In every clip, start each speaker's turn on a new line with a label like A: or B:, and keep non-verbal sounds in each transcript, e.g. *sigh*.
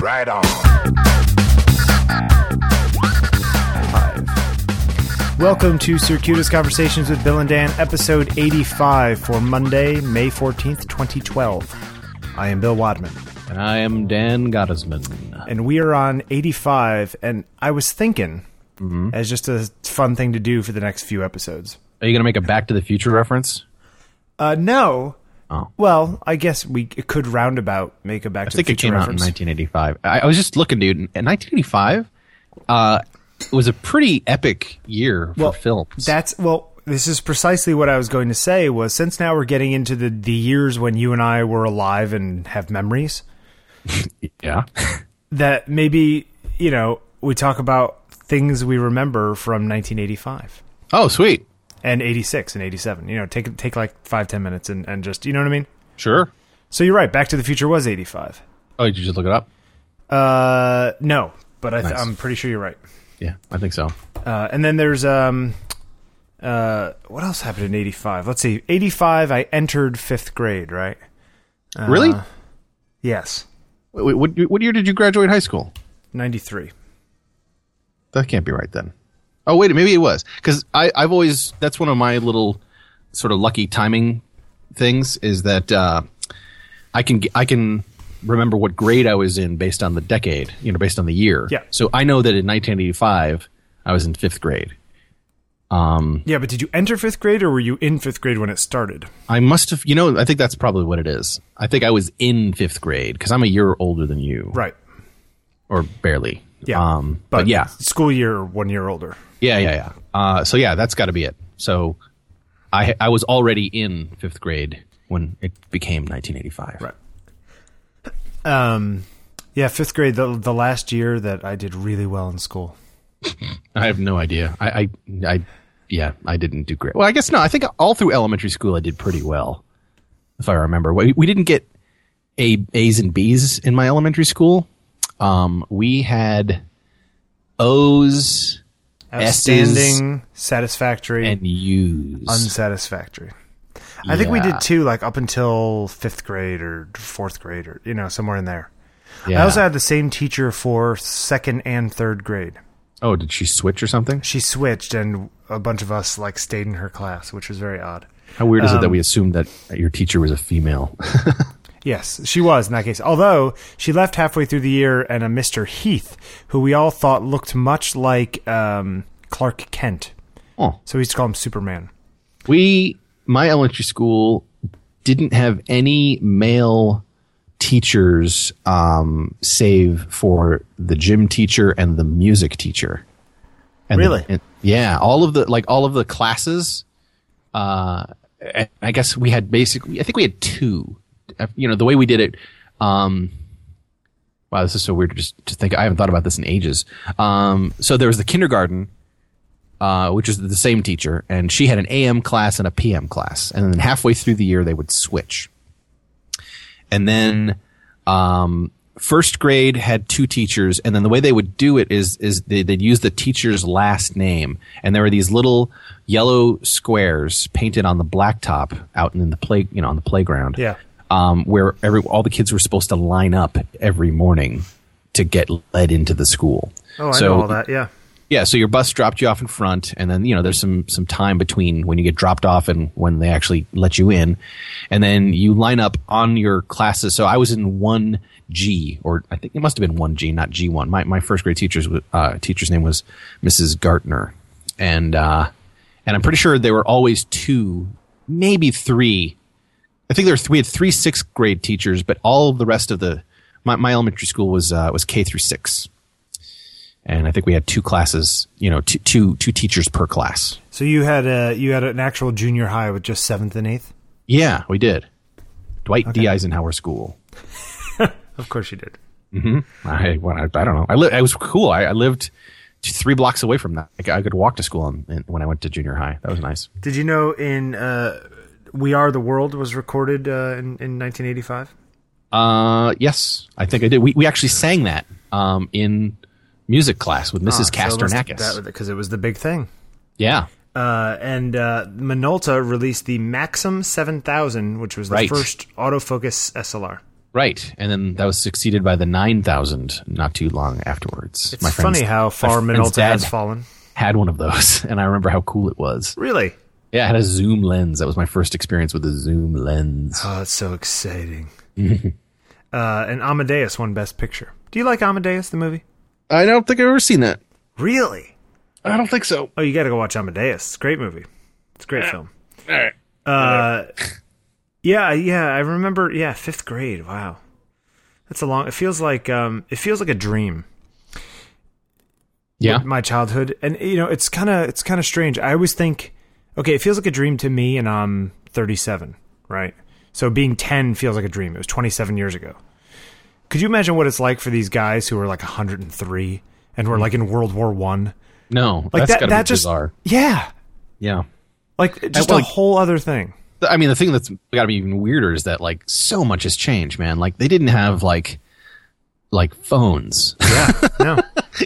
A: right on.
B: Welcome to Circuitous Conversations with Bill and Dan, episode 85 for Monday, May 14th, 2012. I am Bill Wadman,
C: And I am Dan Gottesman.
B: and we are on 85. And I was thinking,
C: Mm-hmm.
B: as just a fun thing to do for the next few episodes.
C: Are you going to make a Back to the Future reference?
B: Uh, no.
C: Oh.
B: Well, I guess we c- could roundabout make a Back
C: I
B: to
C: think
B: the
C: it
B: Future
C: came
B: reference.
C: out in 1985. I, I was just looking, dude. In 1985 uh, was a pretty epic year for films.
B: That's well. This is precisely what I was going to say. Was since now we're getting into the the years when you and I were alive and have memories
C: yeah. *laughs*
B: that maybe you know we talk about things we remember from 1985
C: oh, sweet.
B: and 86 and 87. You know, take take like five ten minutes and and just you know what I mean.
C: Sure.
B: So you're right. Back to the Future was 85.
C: Oh, did you just look it up?
B: Uh, no, but I th-
C: Nice.
B: I'm pretty sure you're right.
C: Yeah, I think so.
B: Uh, and then there's um, uh, what else happened in '85? Let's see, '85. I entered fifth grade, right?
C: really?
B: Uh, Yes,
C: Wait, wait, what, what year did you graduate high school?
B: '93.
C: That can't be right then. Oh wait, maybe it was because I've always that's one of my little sort of lucky timing things is that uh, I can I can remember what grade I was in based on the decade, you know, based on the year.
B: Yeah.
C: So I know that in 1985 I was in fifth grade. Um,
B: Yeah, but did you enter fifth grade or were you in fifth grade when it started?
C: I must have, you know, I think that's probably what it is. I think I was in fifth grade because I'm a year older than you,
B: Right.
C: Or barely.
B: Yeah.
C: Um, but yeah,
B: school year one year older.
C: Yeah, yeah, yeah. Uh, so yeah, that's got to be it. So I I was already in fifth grade when it became 1985.
B: Right. Um, yeah, fifth grade the the last year that I did really well in school.
C: I have no idea. I, I I yeah, I didn't do great. Well, I guess no. I think all through elementary school I did pretty well, if I remember. We, we didn't get a A's and B's in my elementary school. Um, we had O's S's.
B: Outstanding, satisfactory,
C: and U's.
B: unsatisfactory. I think we did
C: Yeah.
B: too, like up until fifth grade or fourth grade or you know somewhere in there.
C: Yeah.
B: I also had the same teacher for second and third grade.
C: oh, did she switch or something?
B: She switched, and a bunch of us like stayed in her class, which was very odd.
C: How weird is it that we assumed that your teacher was a *laughs* female?
B: Yes, she was in that case. Although she left halfway through the year, and a Mister Heath, who we all thought looked much like um, Clark Kent,
C: oh.
B: so we used to call him Superman.
C: We, my elementary school, didn't have any male teachers um, save for the gym teacher and the music teacher. And the-
B: Really?
C: and- yeah, all of the like all of the classes. Uh, I- I guess we had basically. I think we had two. Uh, You know the way we did it. Um, wow, this is so weird to just to think. I haven't thought about this in ages. Um, so there was the kindergarten, uh, which is the same teacher, and she had an AM class and a PM class. And then halfway through the year, they would switch. And then um, first grade had two teachers, and then the way they would do it is is they, they'd use the teacher's last name, and there were these little yellow squares painted on the blacktop out in the play, you know, on the playground
B: Yeah.
C: um, where every all the kids were supposed to line up every morning to get led into the school.
B: Oh, I
C: So-
B: know all that. Yeah,
C: Yeah, so your bus dropped you off in front, and then you know there's some some time between when you get dropped off and when they actually let you in, and then you line up on your classes. So I was in one G, or I think it must have been one G, not G one. My my first grade teacher's wa- uh, teacher's name was Mrs. Gartner, and uh, and I'm pretty sure there were always two, maybe three I think there were three, we had three sixth grade teachers, but all of the rest of the my, my elementary school was uh, was K through six, and I think we had two classes, you know, two two two teachers per class.
B: so you had a you had an actual junior high with just seventh and eighth.
C: Yeah, we did. Dwight D. Eisenhower School. Mm-hmm.
B: Of course, you did.
C: I when I, I don't know. I li- I was cool. I, I lived t- three blocks away from that. Like, I could walk to school on, in, when I went to junior high. That was nice.
B: Did you know in uh, "We Are the World" was recorded uh, in in 1985?
C: Uh, yes, I think I did. We we actually sang that um in music class with Mrs.
B: Ah,
C: Castronakis.
B: because it was the big thing.
C: yeah.
B: Uh, and uh, Minolta released the Maxim 7000, which was the
C: Right.
B: first autofocus SLR.
C: Right, and then that was succeeded by the nine thousand not too long afterwards.
B: It's funny how far
C: my friend's
B: Minolta has
C: dad
B: fallen.
C: Had one of those, *laughs* and I remember how cool it was.
B: Really?
C: Yeah, it had a zoom lens. That was my first experience with a zoom lens.
B: Oh, it's so
C: *laughs*
B: exciting. uh, and Amadeus won Best Picture. Do you like Amadeus, the movie?
C: I don't think I've ever seen that.
B: Really?
C: I don't think so.
B: Oh, you got to go watch Amadeus. It's a great movie. It's a great film.
C: All right.
B: Uh, yeah, yeah. I remember. Yeah, fifth grade. Wow, that's a long. It feels like um, it feels like a dream.
C: Yeah.
B: my childhood and you know it's kind of it's kind of strange i always think okay it feels like a dream to me and i'm 37 right so being 10 feels like a dream it was 27 years ago could you imagine what it's like for these guys who are like 103 and were like in world war one
C: No,
B: like
C: that's
B: that
C: gotta
B: that
C: be
B: just
C: bizarre.
B: yeah
C: Yeah.
B: like just
C: well,
B: a
C: like-
B: whole other
C: *laughs*
B: thing
C: Th- I mean, the thing that's got to be even weirder is that like so much has changed, man. Like they didn't have like like phones, *laughs*
B: yeah no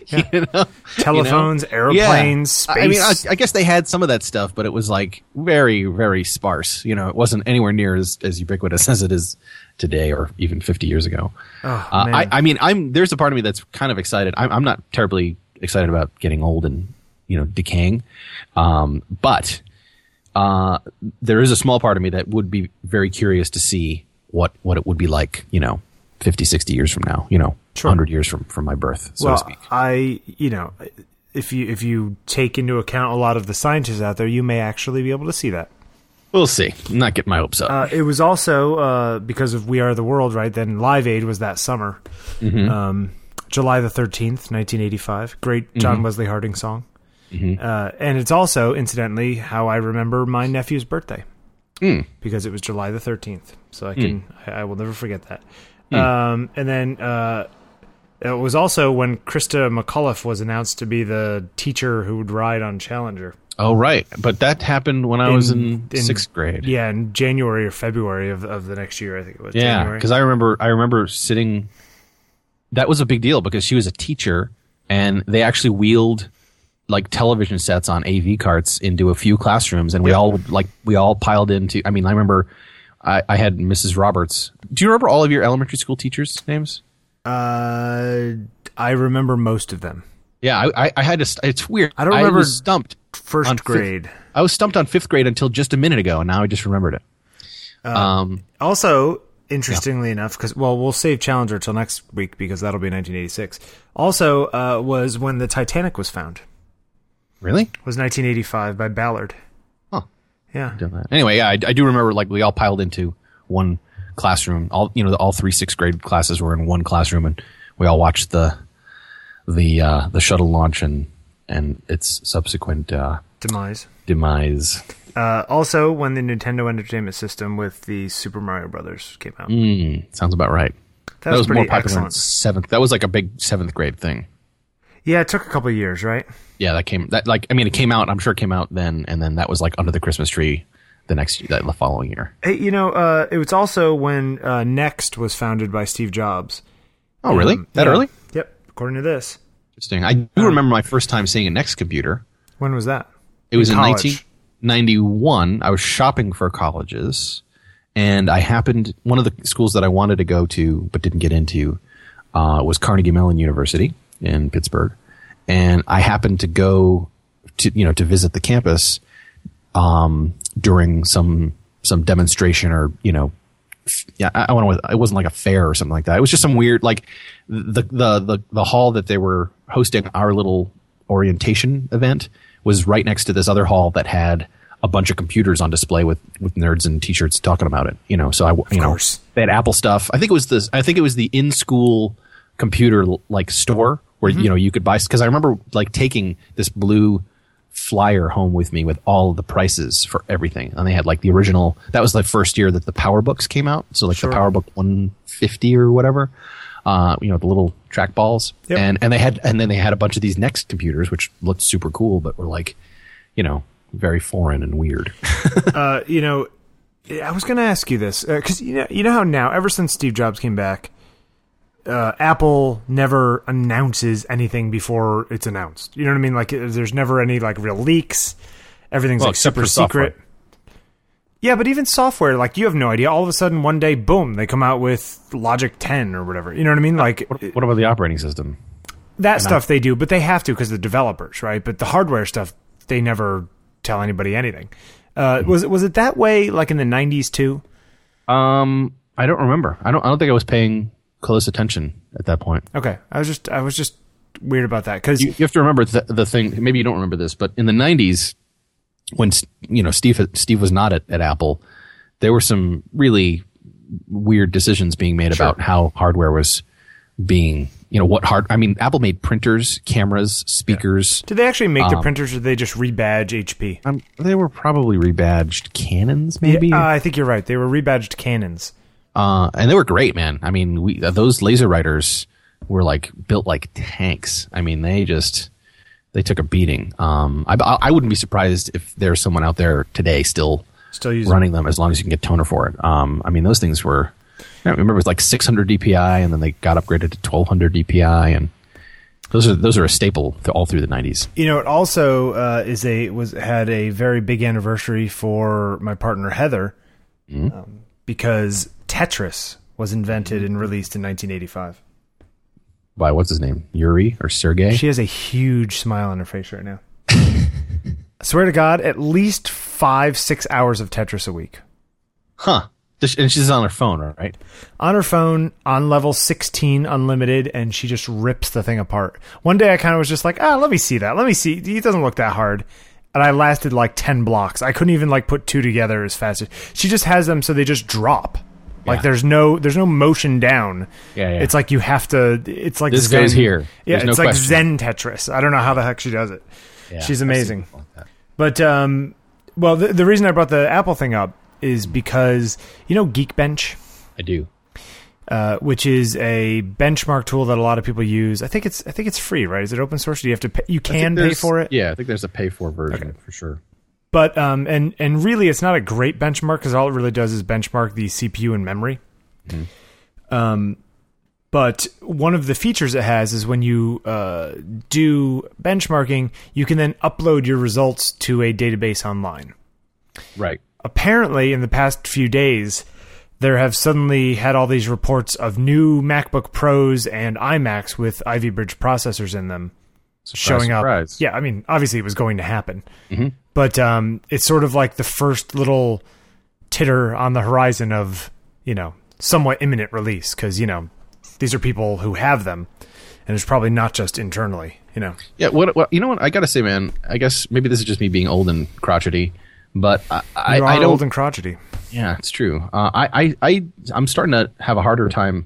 C: you know?
B: telephones airplanes
C: Yeah.
B: space
C: I I mean, I, I guess they had some of that stuff, but it was like very, very sparse. You know, it wasn't anywhere near as, as ubiquitous *laughs* as it is today, or even 50 years ago.
B: Oh,
C: Uh, I,
B: man.
C: I mean, I'm there's a part of me that's kind of excited. I'm, I'm not terribly excited about getting old and you know decaying, um, but uh, there is a small part of me that would be very curious to see what what it would be like. You know, 50, 60 years from now. You know, 100 years from from my birth, so to
B: well,
C: speak.
B: I you know if you if you take into account a lot of the scientists out there you may actually be able to see that
C: We'll see. I'm not getting my hopes up.
B: Uh, it was also uh, because of We Are the World, right? Then Live Aid was that summer, um, July the thirteenth, nineteen eighty-five. Great John Wesley Harding song, uh, and it's also incidentally how I remember my nephew's birthday because it was July the thirteenth. So I can I, I will never forget that. Um, and then uh, it was also when Krista McAuliffe was announced to be the teacher who would ride on Challenger.
C: oh, right. But that happened when I was in,
B: in-
C: sixth grade.
B: Yeah, in January or February of, of the next year, I think it was.
C: Yeah,
B: January.
C: because I remember I remember sitting. That was a big deal because she was a teacher, and they actually wheeled like television sets on AV carts into a few classrooms, and we all would like we all piled into. I mean, I remember I, I had Mrs. Roberts. Do you remember all of your elementary school teachers' names?
B: Uh, I remember most of them.
C: Yeah, I, I, I had to. st- It's weird.
B: I don't remember-
C: was stumped.
B: First
C: On fifth-
B: grade.
C: I was stumped on fifth grade until just a minute ago, and now I just remembered it. um,
B: Also, interestingly enough, because well, we'll save Challenger till next week because that'll be 1986. Also, uh, was when the Titanic was found.
C: really?
B: Was 1985 by Ballard.
C: Huh.
B: Yeah.
C: done that. Anyway, yeah, I, I do remember like we all piled into one classroom. All you know, all three sixth grade classes were in one classroom, and we all watched the the uh, the shuttle launch and and its subsequent uh,
B: Demise.
C: demise.
B: Uh, also, when the Nintendo Entertainment System with the Super Mario Brothers came out,
C: Hmm, sounds about right.
B: that was,
C: more
B: pretty
C: popular in
B: excellent.
C: seventh. That was like a big seventh grade thing.
B: Yeah, it took a couple years, right?
C: Yeah, that came that like I mean it came out. I'm sure it came out then, and then that was like under the Christmas tree the next that, the following year.
B: Hey, you know, uh, it was also when uh, Next was founded by Steve Jobs.
C: Oh, really?
B: Um,
C: that
B: yeah. Um,
C: early?
B: Yep. According to this,
C: Interesting. I do remember my first time seeing a next computer.
B: when was that?
C: It was
B: In
C: in,
B: college.
C: 1991. I was shopping for colleges, and I happened one of the schools that I wanted to go to but didn't get into uh, was Carnegie Mellon University in Pittsburgh, and I happened to go to you know to visit the campus um, during some some demonstration or you know yeah, I, I want to. It wasn't like a fair or something like that. It was just some weird, like the the the, the hall that they were hosting our little orientation event was right next to this other hall that had a bunch of computers on display with with nerds and t-shirts talking about it. You know, so I you know
B: course.
C: they had Apple stuff. I think it was this. I think it was the in school computer like store where you know you could buy because I remember like taking this blue flyer home with me with all of the prices for everything. And they had like the original. That was the first year that the Power Books came out. So like the Power Book 150 or whatever. Uh, you know the little trackballs,
B: Yep.
C: and and they had and then they had a bunch of these next computers which looked super cool, but were like, you know, very foreign and weird.
B: uh, you know, I was going to ask you this because you know, you know how now, ever since Steve Jobs came back, uh, Apple never announces anything before it's announced. You know what I mean? Like, uh, there's never any like real leaks. Everything's like
C: except
B: super
C: for software.
B: secret. Yeah, but even software, like you have no idea. All of a sudden, one day, boom, they come out with Logic 10 or whatever. You know what I mean? Like
C: What, what about the operating system?
B: that stuff they do, but they have to because the developers, right? But the hardware stuff, they never tell anybody anything. Uh, was it was it that way like in the '90s too?
C: Um, I don't remember. I don't. I don't think I was paying close attention at that point.
B: Okay, I was just I was just weird about that because
C: You, you have to remember the, the thing. Maybe you don't remember this, but in the '90s, when S- you know Steve Steve was not at, at Apple, there were some really weird decisions being made about how hardware was being. You know what hard? I mean, Apple made printers, cameras, speakers.
B: did they actually make the printers or did they just rebadge HP?
C: Um, they were probably rebadged Canons, maybe.
B: Uh, I think you're right. They were rebadged Canons.
C: uh, and they were great, man. I mean, we those laser writers were like built like tanks. I mean, they just they took a beating. Um, I, I I wouldn't be surprised if there's someone out there today still
B: Still using
C: running them as long as you can get toner for it. Um, I mean, those things were. I remember it was like 600 DPI, and then they got upgraded to 1200 DPI, and those are those are a staple th- all through the 90s.
B: You know, it also uh, is a was had a very big anniversary for my partner Heather um, because Tetris was invented and released in 1985.
C: By what's his name, Yuri or Sergey?
B: She has a huge smile on her face right now. *laughs* I swear to God, at least five six hours of Tetris a week
C: Huh? Does she- And she's on her phone, right?
B: on her phone on level 16 unlimited and she just rips the thing apart one day i kind of was just like ah let me see that let me see it doesn't look that hard and i lasted like 10 blocks i couldn't even like put two together as fast as she just has them so they just drop like
C: Yeah.
B: there's no there's no motion down
C: Yeah, yeah.
B: it's like you have to it's like
C: This
B: zen.
C: goes here.
B: yeah
C: There's no
B: it's like
C: question.
B: zen tetris i don't know how the heck she does it
C: Yeah, I've
B: she's
C: seen
B: amazing
C: people like that.
B: but um, well, the, the reason I brought the Apple thing up is because you know Geekbench,
C: I do.
B: uh, which is a benchmark tool that a lot of people use. I think it's I think it's free, right? Is it open source? Do you have to pay? You
C: I think
B: can pay
C: there's-
B: for it,
C: Yeah, I think there's a pay for version for sure.
B: but um, and and really, it's not a great benchmark because all it really does is benchmark the CPU and memory.
C: Mm-hmm.
B: Um, but one of the features it has is when you uh, do benchmarking, you can then upload your results to a database online.
C: Right.
B: apparently in the past few days there have suddenly had all these reports of new MacBook Pros and iMacs with Ivy Bridge processors in them showing up.
C: surprise. Mm-hmm.
B: Yeah, I mean, obviously it was going to happen. But um, it's sort of like the first little titter on the horizon of, you know, somewhat imminent release because, you know, these are people who have them and it's probably not just internally, you know.
C: Yeah. What, what? You know what? I gotta say, man. I guess maybe this is just me being old and crotchety, but I, I,
B: You
C: I
B: are
C: don't.
B: old and crotchety.
C: yeah, it's true. Uh, I, I, I, I'm starting to have a harder time.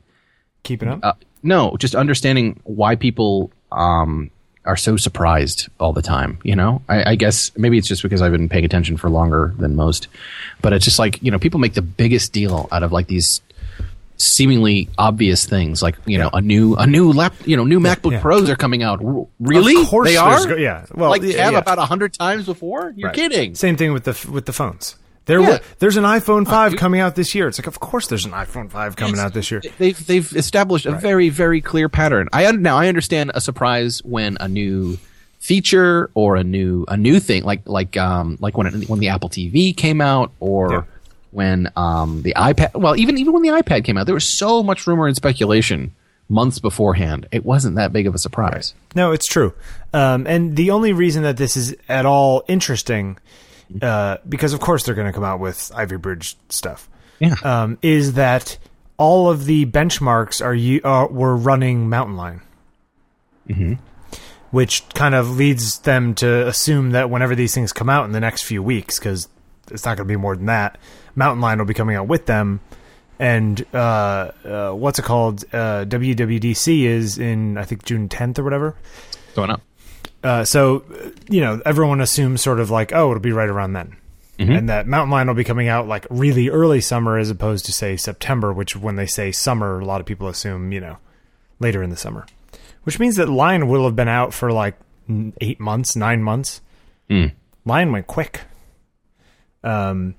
B: Keeping up.
C: Uh, no, just understanding why people um, are so surprised all the time. You know, I, I guess maybe it's just because I've been paying attention for longer than most, but it's just like you know, people make the biggest deal out of like these seemingly obvious things like you know a new a new lap you know new macbook pros are coming out R- really
B: Of course
C: they
B: there's
C: are
B: go- yeah. Well,
C: like
B: yeah,
C: they have
B: yeah.
C: about a hundred times before you're kidding
B: Same thing with the f- with the phones. There,
C: Yeah. Uh,
B: were, there's an iPhone five coming out this year. It's like, of course, there's an iPhone five coming out this year.
C: they've they've established a very very clear pattern. I un- now I understand a surprise when a new feature or a new a new thing like like um like when it, when the Apple TV came out or
B: Yeah.
C: when um the iPad well even even when the iPad came out there was so much rumor and speculation months beforehand. It wasn't that big of a surprise.
B: No, it's true. Um, and the only reason that this is at all interesting, uh, because of course they're going to come out with Ivy Bridge stuff,
C: Yeah.
B: um, is that all of the benchmarks are you uh, were running Mountain Lion, mm-hmm. which kind of leads them to assume that whenever these things come out in the next few weeks, because it's not going to be more than that, Mountain Lion will be coming out with them. And uh, uh, what's it called? Uh, WWDC is in I think June 10th or whatever.
C: Going up.
B: Uh, so, uh, you know, everyone assumes sort of like, oh, it'll be right around then. And that Mountain Lion will be coming out like really early summer as opposed to, say, September, which when they say summer, a lot of people assume, you know, later in the summer. Which means that Lion will have been out for like n- eight months, nine months. Lion went quick. Um,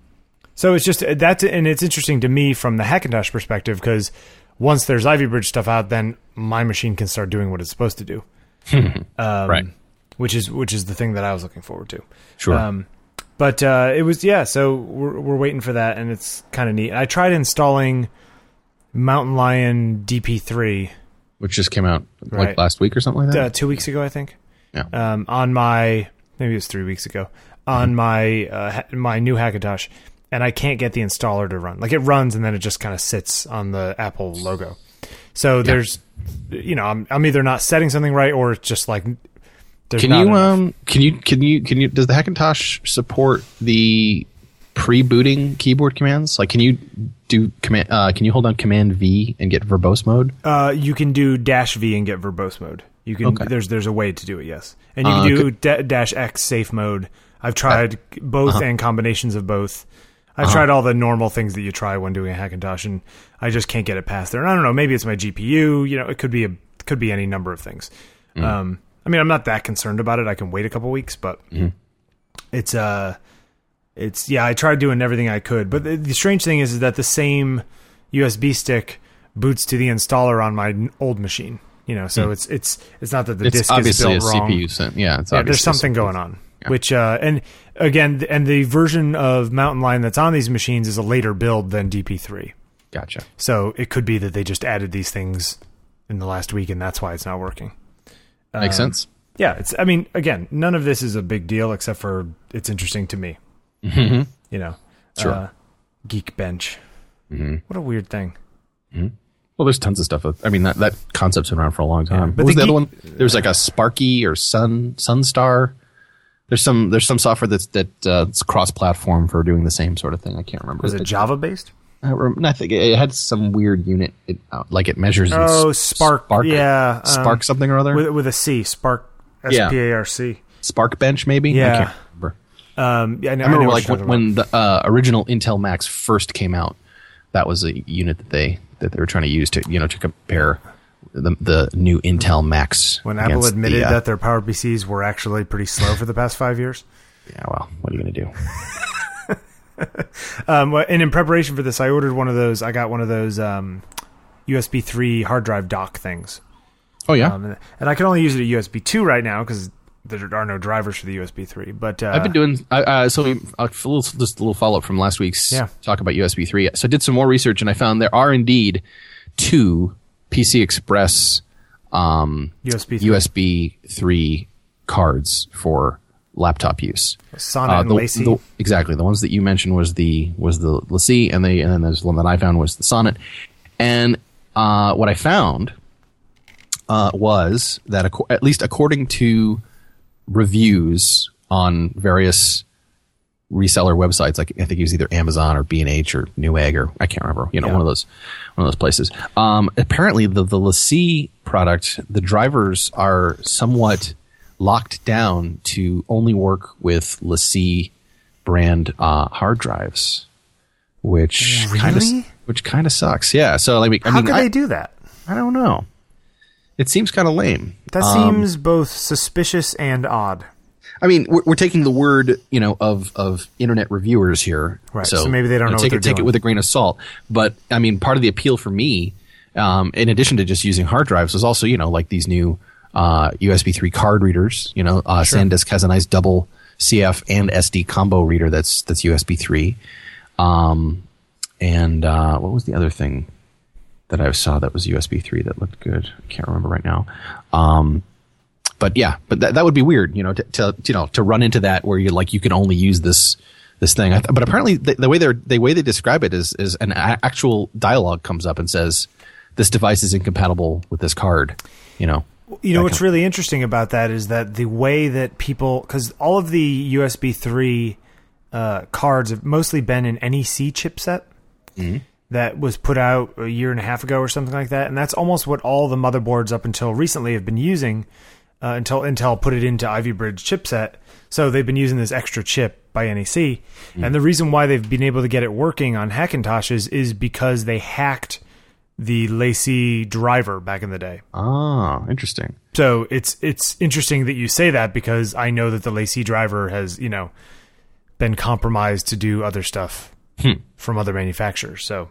B: so it's just that's and it's interesting to me from the Hackintosh perspective because once there's Ivy Bridge stuff out, then my machine can start doing what it's supposed to do
C: right.
B: Um, which is which is the thing that I was looking forward to.
C: Sure.
B: Um, But uh, it was yeah. So we're we're waiting for that, and it's kind of neat. I tried installing Mountain Lion DP3
C: which just came out
B: Right.
C: like last week or something like
B: uh,
C: that.
B: two weeks ago, I think.
C: Hmm. Yeah.
B: Um, on my maybe it was three weeks ago
C: Hmm.
B: on my uh, ha- my new Hackintosh, and I can't get the installer to run. Like it runs and then it just kind of sits on the Apple logo. So there's, you know, I'm I'm either not setting something right or it's just like there's
C: Can
B: not
C: you
B: enough.
C: um can you can you can you does the Hackintosh support the pre-booting keyboard commands? Like can you do command uh can you hold down command V and get verbose mode?
B: Uh, you can do dash V and get verbose mode. You can
C: Okay.
B: there's there's a way to do it. Yes, and you
C: Uh, Uh-huh.
B: can do da- dash X safe mode. I've tried both and combinations of both. I've tried all the normal things that you try when doing a Hackintosh, and I just can't get it past there. And I don't know. Maybe it's my GPU. You know, it could be a could be any number of things.
C: Mm.
B: Um, I mean, I'm not that concerned about it. I can wait a couple weeks, but it's uh it's yeah i tried doing everything i could but the, the strange thing is, is that the same usb stick boots to the installer on my n- old machine you know so it's it's it's not that the
C: Hmm. It's
B: disk
C: obviously a
B: is built wrong
C: CPU sim. Yeah, it's
B: yeah,
C: obviously
B: there's
C: a
B: something
C: CPU.
B: going on which uh and again th- and the version of mountain lion that's on these machines is a later build than dp3
C: Gotcha.
B: so it could be that they just added these things in the last week and that's why it's not working Uh,
C: Makes sense.
B: yeah, it's. I mean, again, none of this is a big deal except for it's interesting to me. You know,
C: Mm-hmm. Sure. Mm-hmm.
B: Uh, Geek Bench. What a weird thing.
C: Well, there's tons of stuff. I mean, that, that concept's been around for a long time.
B: but
C: what was
B: the
C: the other
B: geek-
C: one? There's like a Sparky or Sun Sunstar. There's some there's some software that's that uh, it's cross platform for doing the same sort of thing. I can't remember.
B: Was it Java based?
C: I, rem- I think it had some weird unit. It, uh, like it measures. in
B: Oh,
C: s-
B: Spark. yeah, um,
C: Spark something or other.
B: with with a C. Spark. S
C: Yeah.
B: P A R C.
C: Spark Bench maybe.
B: Yeah.
C: I can't remember.
B: Um, yeah, I, know,
C: I remember
B: know
C: like
B: what
C: when,
B: you're
C: when the uh, original Intel Max first came out, that was a unit that they that they were trying to use to you know to compare the the new Intel Max.
B: talking about. when Apple
C: against the,
B: admitted
C: uh,
B: that their Power PCs were actually pretty slow for the past five years.
C: Yeah, well, what are you gonna
B: *laughs*
C: do?
B: Um, well, and in preparation for this, I ordered one of those. I got one of those um, USB three hard drive dock things.
C: Oh yeah,
B: Um, and I can only use it at USB 2 right now because there are no drivers for the USB 3. But uh,
C: I've been doing I uh, so we- a little, just a little follow up from last week's
B: Yeah.
C: talk about USB three. So I did some more research and I found there are indeed two PC Express um,
B: USB 3.
C: USB three cards for laptop use.
B: Sonnet and
C: uh, the-
B: Lacey.
C: the- exactly the ones that you mentioned was the was the Lacey, and they and then there's one that I found was the Sonnet. And uh, what I found uh, was that ac- at least according to reviews on various reseller websites, like I think it was either Amazon or B and H or Newegg or I can't remember, you know, one of those one of those places. Um, apparently, the the Lassie product, the drivers are somewhat locked down to only work with Lassie brand uh, hard drives, which kind of
B: Oh, Really?
C: which kind of sucks. Yeah, so like I
B: How
C: mean,
B: could
C: I,
B: they do that?
C: I don't know. It seems kind of lame.
B: That
C: Um,
B: seems both suspicious and odd.
C: I mean, we're, we're taking the word, you know, of of internet reviewers here,
B: Right, so maybe they don't know what
C: take
B: they're
C: it, take
B: doing.
C: it with a grain of salt. But I mean, part of the appeal for me, um, in addition to just using hard drives, was also you know like these new uh, USB three card readers. You know, uh, SanDisk has a nice double CF and SD combo reader that's that's USB three. Um, and uh, what was the other thing that I saw that was USB three that looked good? I can't remember right now. Um, but yeah, but that, that would be weird, you know, to, to you know to run into that where you like you can only use this this thing. I th- but apparently, the, the way they the way they describe it is is an a- actual dialogue comes up and says this device is incompatible with this card. You know,
B: You know what's really interesting about that is that the way that people, because all of the USB 3 uh, cards have mostly been an NEC chipset that was put out a year and a half ago or something like that, and that's almost what all the motherboards up until recently have been using uh, until Intel put it into Ivy Bridge chipset. So they've been using this extra chip by NEC, and the reason why they've been able to get it working on Hackintoshes is because they hacked the Lacey driver back in the day.
C: ah, interesting.
B: So it's it's interesting that you say that because I know that the Lacey driver has you know been compromised to do other stuff from other manufacturers. So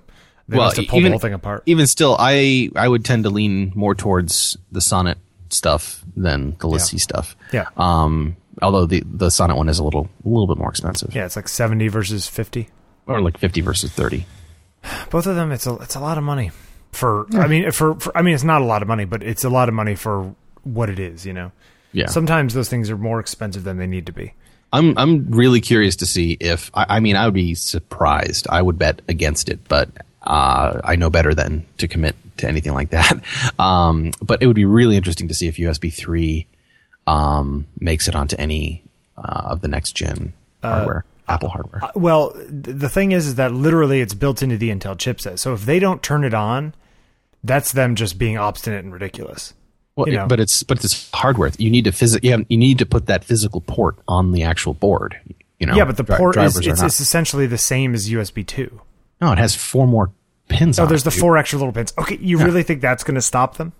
B: they must have
C: e-
B: pulled the whole thing apart.
C: Hmm. Even still, I I would tend to lean more towards the Sonnet stuff than the Lissy stuff.
B: Yeah.
C: Um, Although the the Sonnet one is a little a little bit more expensive,
B: Yeah, it's like seventy versus fifty.
C: or like fifty versus thirty.
B: Both of them, it's a it's a lot of money for. I mean, for, for I mean, it's not a lot of money, but it's a lot of money for what it is. You know,
C: Yeah,
B: sometimes those things are more expensive than they need to be.
C: I'm I'm really curious to see if I, I mean I would be surprised. I would bet against it, but uh, I know better than to commit to anything like that. *laughs* Um, but it would be really interesting to see if USB three um, makes it onto any uh, of the next gen
B: Uh,
C: hardware, Apple hardware.
B: Well, th- the thing is, is that literally it's built into the Intel chipset. So if they don't turn it on, that's them just being obstinate and ridiculous.
C: Well,
B: you know.
C: but it's but it's hardware. You need to physic. You, have, you need to put that physical port on the actual board. You know.
B: yeah, but the
C: Dri-
B: port is
C: drivers are
B: it's,
C: not-
B: it's essentially the same as USB two.
C: no. It has four more pins.
B: Oh,
C: on
B: there's
C: it,
B: the
C: dude.
B: four extra little pins. Okay, you really think that's going to stop them?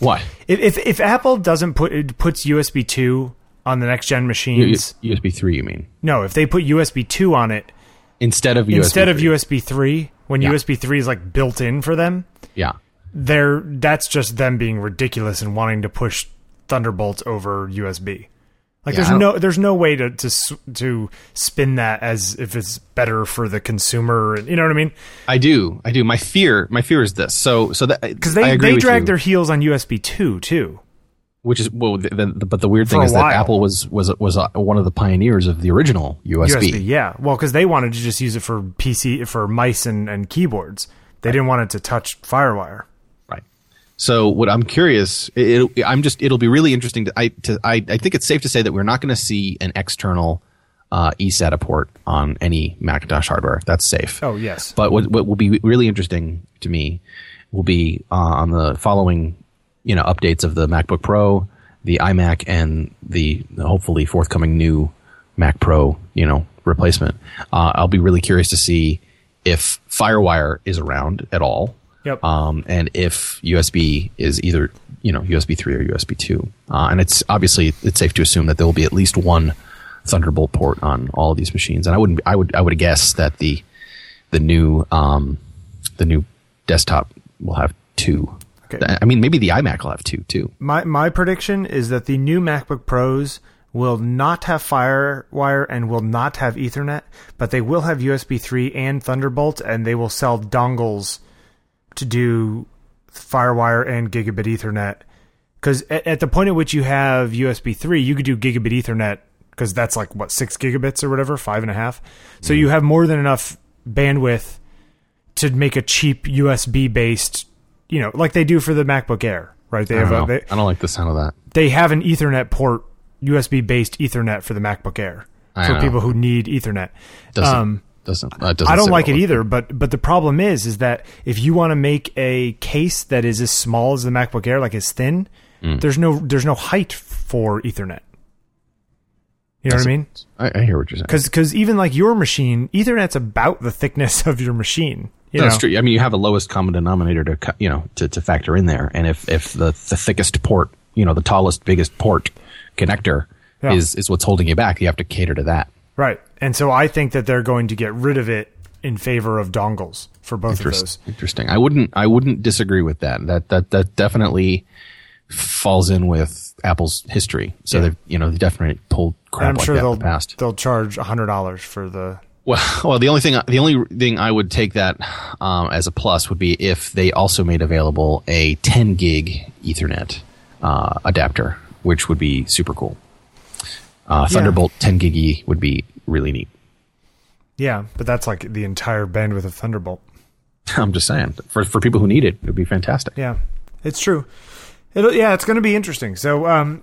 C: What
B: If, if if Apple doesn't put it puts USB two on the next gen
C: U- U-
B: machines,
C: USB three? You mean
B: no, if they put USB two on it
C: instead of USB
B: instead of
C: 3.
B: USB three, when
C: Yeah.
B: USB three is like built in for them,
C: Yeah.
B: they're that's just them being ridiculous and wanting to push Thunderbolt over USB. Like
C: Yeah, I
B: there's
C: don't-
B: no there's no way to to s- to spin that as if it's better for the consumer. You know what I mean?
C: I do. I do. My fear, my fear is this. So, so that because
B: Because they they dragged their heels on USB two too.
C: which is well, the, the, but the weird
B: For
C: thing
B: a
C: is that
B: while.
C: Apple was was was uh, one of the pioneers of the original USB.
B: USB, yeah. Well, because they wanted to just use it for PC for mice and, and keyboards. They didn't want it to touch FireWire.
C: Right. So, what I'm curious, it, it, I'm just it'll be really interesting. To, I to I, I think it's safe to say that we're not going to see an external uh, eSATA port on any Macintosh hardware. That's safe.
B: Oh yes,
C: But what, what will be really interesting to me will be uh, on the following, you know, updates of the MacBook Pro, the iMac, and the hopefully forthcoming new Mac Pro, you know, replacement. Uh, I'll be really curious to see if FireWire is around at all,
B: Yep.
C: um, and if USB is either you know USB three or USB two. Uh, and it's obviously it's safe to assume that there will be at least one Thunderbolt port on all of these machines. And I wouldn't I would I would guess that the the new um, the new desktop will have two.
B: Okay.
C: I mean, maybe the iMac will have two too.
B: my my prediction is that the new MacBook Pros will not have FireWire and will not have Ethernet, but they will have USB three and Thunderbolt, and they will sell dongles to do FireWire and gigabit Ethernet. Because at, at the point at which you have USB three, you could do gigabit Ethernet because that's like what six gigabits or whatever, five and a half. So you have more than enough bandwidth to make a cheap USB based, you know, like they do for the MacBook Air, right? They
C: I
B: have
C: don't,
B: a,
C: know.
B: uh, they,
C: I don't like the sound of that.
B: they have an Ethernet port, USB based Ethernet for the MacBook Air
C: I
B: for
C: know.
B: people who need Ethernet.
C: Doesn't
B: Um,
C: doesn't, uh, doesn't
B: I don't
C: sit
B: like it
C: well.
B: either, but but the problem is is that if you want to make a case that is as small as the MacBook Air, like as thin,
C: Mm.
B: there's no there's no height for Ethernet. You know what I mean?
C: I, I hear what you're saying.
B: Because even like your machine, Ethernet's about the thickness *laughs* of your machine. You
C: No,
B: know?
C: That's true. I mean, you have a lowest common denominator to cu- you know to, to factor in there, and if if the, the thickest port, you know, the tallest, biggest port connector
B: Yeah.
C: is is what's holding you back, you have to cater to that.
B: Right. And so I think that they're going to get rid of it in favor of dongles for both of those.
C: Interest, interesting. I wouldn't. I wouldn't disagree with that. That that that definitely falls in with Apple's history. So they've you know they definitely pulled crap
B: I'm
C: like
B: sure
C: that
B: they'll
C: in the past.
B: they'll charge hundred dollars for the
C: Well, *laughs* well, the only thing the only thing I would take that um, as a plus would be if they also made available a 10 gig Ethernet uh, adapter, which would be super cool. Uh, Thunderbolt 10 gig E would be really neat. *laughs*
B: yeah, but that's like the entire bandwidth of Thunderbolt.
C: I'm just saying for for people who need it, it would be fantastic.
B: Yeah, it's true. It'll yeah, it's going to be interesting. So um,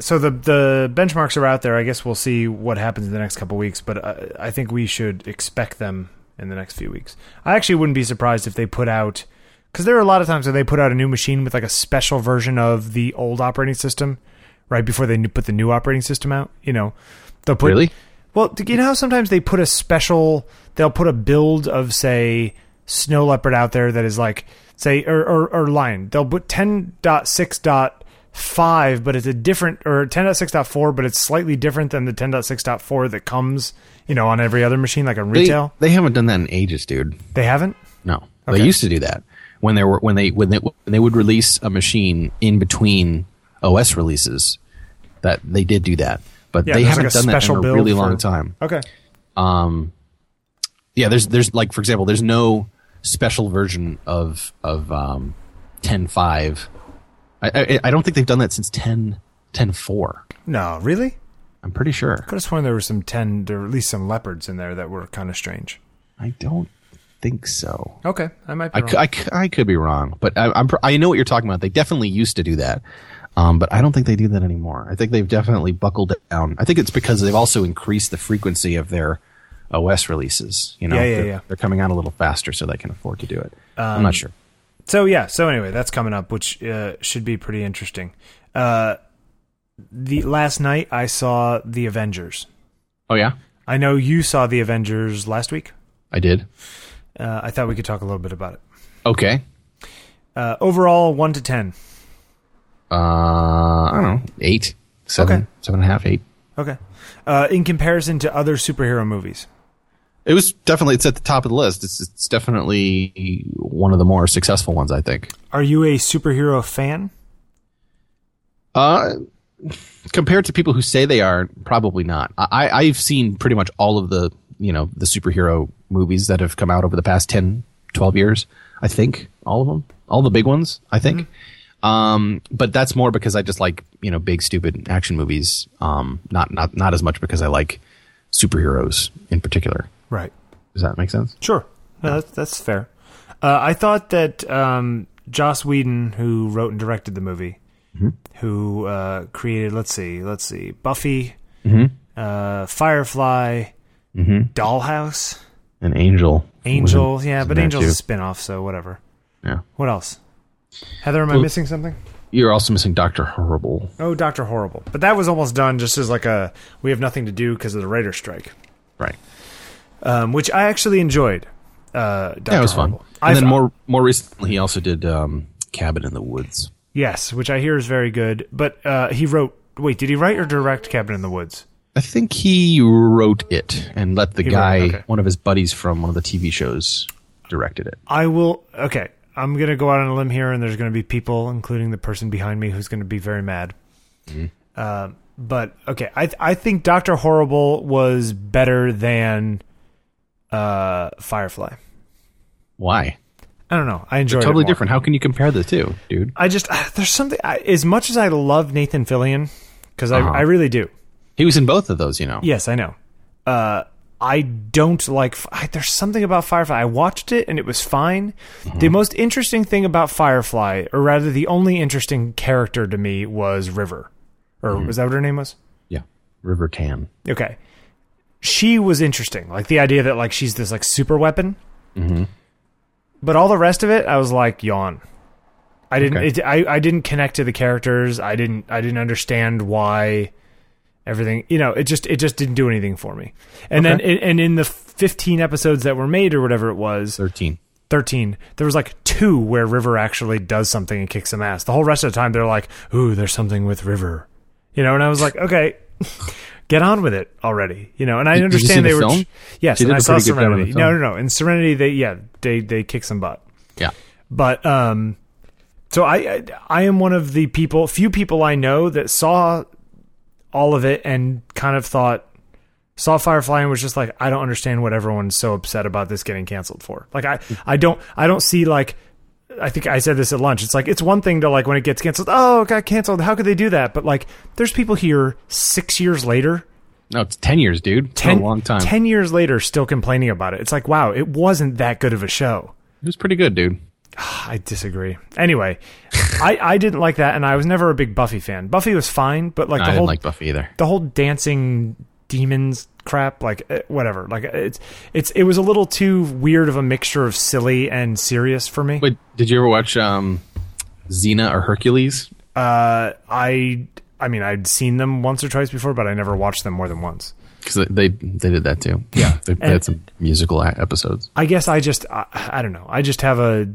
B: so the the benchmarks are out there. I guess we'll see what happens in the next couple weeks, but uh, I think we should expect them in the next few weeks. I actually wouldn't be surprised if they put out because there are a lot of times where they put out a new machine with like a special version of the old operating system right before they n- put the new operating system out. You know, they'll put
C: Really?
B: well, do you know how sometimes they put a special, they'll put a build of, say, Snow Leopard out there that is like, say, or, or, or Lion. They'll put 10.6.5, but it's a different, or 10.6.4, but it's slightly different than the 10.6.4 that comes, you know, on every other machine, like on
C: They,
B: retail.
C: they haven't done that in ages, dude.
B: They, haven't?
C: No,
B: Okay.
C: they used to do that when they were when they when they when they would release a machine in between OS releases. That they did do that, but
B: Yeah,
C: they
B: there's
C: haven't
B: like a
C: done that in
B: special
C: a
B: build
C: really
B: for-
C: long time.
B: Okay.
C: Um, yeah, there's there's like for example, there's no special version of of um, ten five. I, I I don't think they've done that since 10, 10.4.
B: No, really?
C: I'm pretty sure.
B: Could have sworn there were some ten, or at least some leopards in there that were kind of strange.
C: I don't think so.
B: Okay, I might be
C: I,
B: wrong.
C: cou- I, cou- I could be wrong, but I, I'm pr- I know what you're talking about. They definitely used to do that, um, but I don't think they do that anymore. I think they've definitely buckled down. I think it's because they've also increased the frequency of their OS releases. You know,
B: Yeah, yeah,
C: they're,
B: yeah. Um,
C: they're coming out a little faster, so they can afford to do it. I'm not sure.
B: so yeah, so anyway, that's coming up, which uh, should be pretty interesting. Uh, the last night I saw the Avengers.
C: Oh yeah,
B: I know you saw the Avengers last week.
C: I did.
B: Uh, I thought we could talk a little bit about it.
C: Okay,
B: Uh, overall, one to ten.
C: uh, I don't know, eight, seven,
B: Okay.
C: seven and a half, eight.
B: Okay. Uh, in comparison to other superhero movies.
C: It was definitely it's at the top of the list. It's it's definitely one of the more successful ones, I think.
B: Are you a superhero fan?
C: Uh, compared to people who say they are, probably not. I, I've seen pretty much all of the, you know, the superhero movies that have come out over the past 10, 12 years. I think all of them, all the big ones, I think. Um, but that's more because I just like, you know, big, stupid action movies. Um, not, not, not as much because I like superheroes in particular.
B: Right.
C: Does that make sense?
B: Sure. No, that's, that's fair. Uh, I thought that um, Joss Whedon, who wrote and directed the movie,
C: Mm-hmm.
B: who uh, created, let's see, let's see, Buffy,
C: Mm-hmm.
B: uh, Firefly, Dollhouse,
C: An angel.
B: Angel.
C: was in-
B: yeah,
C: was in
B: but
C: there
B: Angel's
C: too.
B: a spin off, so whatever.
C: Yeah.
B: What else? Heather, am I missing something?
C: You're also missing Dr. Horrible.
B: Oh, Doctor Horrible. But that was almost done just as like a we have nothing to do because of the writer's strike.
C: Right.
B: um, which I actually enjoyed. Uh, Dr.
C: Yeah, it was
B: Horrible.
C: fun.
B: I
C: And then
B: thought-
C: more more recently, he also did um, Cabin in the Woods.
B: yes, which I hear is very good. But uh, he wrote. Wait, did he write or direct Cabin in the Woods?
C: I think he wrote it and let the
B: wrote
C: guy,
B: it, okay.
C: one of his buddies from one of the TV shows, directed it.
B: I will. Okay, I'm gonna go out on a limb here, and there's gonna be people, including the person behind me, who's gonna be very mad.
C: Mm-hmm.
B: Um, but okay, I I think Doctor Horrible was better than uh, Firefly.
C: Why?
B: I don't know. I enjoyed it
C: Totally
B: more.
C: different. How can you compare the two, dude?
B: I just *sighs* there's something I, as much as I love Nathan Fillion because
C: Uh-huh.
B: I I really do.
C: He was in both of those, you know.
B: Yes, I know. Uh, I don't like. I, there's something about Firefly. I watched it and it was fine. The most interesting thing about Firefly, or rather, the only interesting character to me was River, or was that what her name was?
C: Yeah. River Tan.
B: Okay, she was interesting. Like the idea that like she's this like super weapon. But all the rest of it, I was like yawn. I didn't.
C: Okay.
B: It, I I didn't connect to the characters. I didn't. I didn't understand why everything. You know, it just it just didn't do anything for me. And then and- and in the fifteen episodes that were made or whatever it was,
C: 13.
B: thirteen, there was like two where River actually does something and kicks some ass. The whole rest of the time, they're like, "Ooh, there's something with River," you know. And I was like, "Okay." *laughs* Get on with it already, you know. And I
C: Did- did you see
B: understand
C: the
B: they were
C: film?
B: yes.
C: She
B: and
C: did
B: I
C: a
B: saw
C: pretty good job on the
B: Serenity. No, no,
C: film.
B: no. In Serenity, they yeah, they they kick some butt.
C: Yeah.
B: But um, so I I- I am one of the people, few people I know that saw all of it and kind of thought saw Firefly and was just like, I don't understand what everyone's so upset about this getting canceled for. Like I I don't I don't see like. I think I said this at lunch. It's like it's one thing to like when it gets canceled. Oh, it got canceled. How could they do that? But like, there's people here six years later
C: No, it's 10 years, dude. It's been a long time.
B: 10 years later, still complaining about it. It's like, wow, it wasn't that good of a show.
C: It was pretty good, dude.
B: I disagree. Anyway, I, I didn't like that, and I was never a big Buffy fan. Buffy was fine, but like
C: I
B: the
C: didn't
B: whole
C: like Buffy either.
B: the whole dancing demons crap, like eh, whatever, like it's it's it was a little too weird of a mixture of silly and serious for me.
C: But did you ever watch um, Xena or Hercules?
B: Uh, I I mean, I'd seen them once or twice before, but I never watched them more than once.
C: Because they, they did that too. Yeah. they, they had some musical a- episodes.
B: I guess I just I, I don't know. I just have a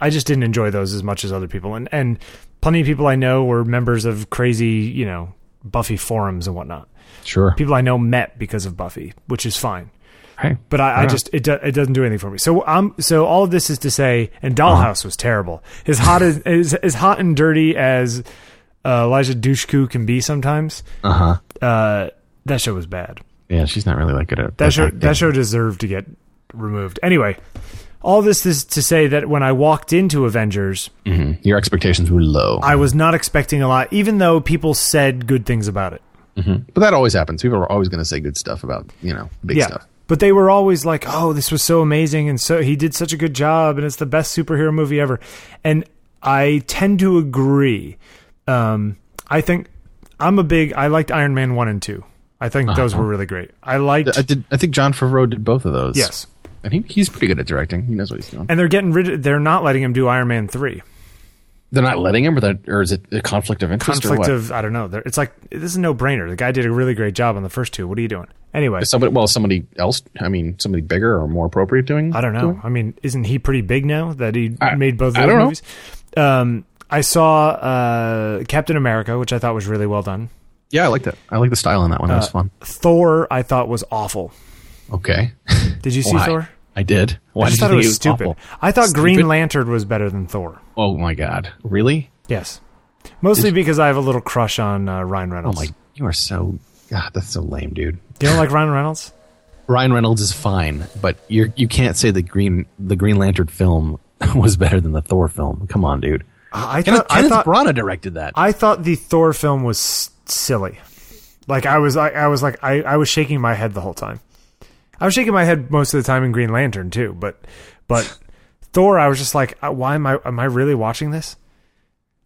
B: I just didn't enjoy those as much as other people, and and plenty of people I know were members of crazy you know Buffy forums and whatnot.
C: Sure.
B: People I know met because of Buffy, which is fine.
C: Hey.
B: But I, I just it do, it doesn't do anything for me. So I'm so all of this *laughs* is to say, and Dollhouse was terrible. As hot as as, as hot and dirty as uh, Elijah Dushku can be sometimes.
C: Uh huh.
B: Uh, that show was bad.
C: Yeah, she's not really like good at
B: That show
C: acting.
B: that show deserved to get removed. Anyway, all this is to say that when I walked into Avengers,
C: Mhm. Your expectations were low,
B: I was not expecting a lot, even though people said good things about it.
C: but that always happens. People are always going to say good stuff about you know big
B: yeah.
C: stuff.
B: But they were always like, "Oh, this was so amazing and so he did such a good job and it's the best superhero movie ever." And I tend to agree. Um I think I'm a big I liked Iron Man 1 and 2. I think
C: Uh-huh.
B: those were really great. I liked
C: I did. I think John Favreau did both of those.
B: Yes.
C: and he, he's pretty good at directing. He knows what he's doing.
B: and they're getting rid of, they're not letting him do Iron Man 3.
C: They're not letting him, or, that, or is it a conflict of interest? or
B: conflict
C: what?
B: of I don't know. There- It's like this is no brainer. The guy did a really great job on the first two. What are you doing? Anyway,
C: Is somebody well, somebody else. I mean, somebody bigger or more appropriate doing.
B: I don't know. I mean, isn't he pretty big now that he
C: I-
B: made both
C: I
B: those
C: don't know.
B: movies? Um, I saw uh, Captain America, which I thought was really well done.
C: Yeah, I like that. I like the style on that one.
B: Uh,
C: That was fun.
B: Thor, I thought was awful. *laughs*
C: Okay.
B: Did you see
C: Why?
B: Thor?
C: I did. Why
B: I just
C: did
B: thought it
C: you
B: was,
C: think
B: stupid.
C: awful?
B: I thought Green
C: Stupid?
B: Lantern was better than Thor.
C: Oh my god! Really?
B: Yes, mostly because I have a little crush on uh, Ryan
C: Oh
B: Reynolds.
C: my! You are so. God, that's so lame, dude.
B: You don't like Ryan Reynolds?
C: Ryan Reynolds is fine, but you you can't say the green the Green Lantern film *laughs* was better than the Thor film. Come on, dude.
B: I I
C: Kenneth,
B: thought, I
C: Kenneth
B: thought
C: Branagh directed that.
B: I thought the Thor film was s- silly. Like I was, I, I was like, I, I was shaking my head the whole time. I was shaking my head most of the time in Green Lantern too, but, but *laughs* Thor, I was just like, uh, why am I, am I really watching this?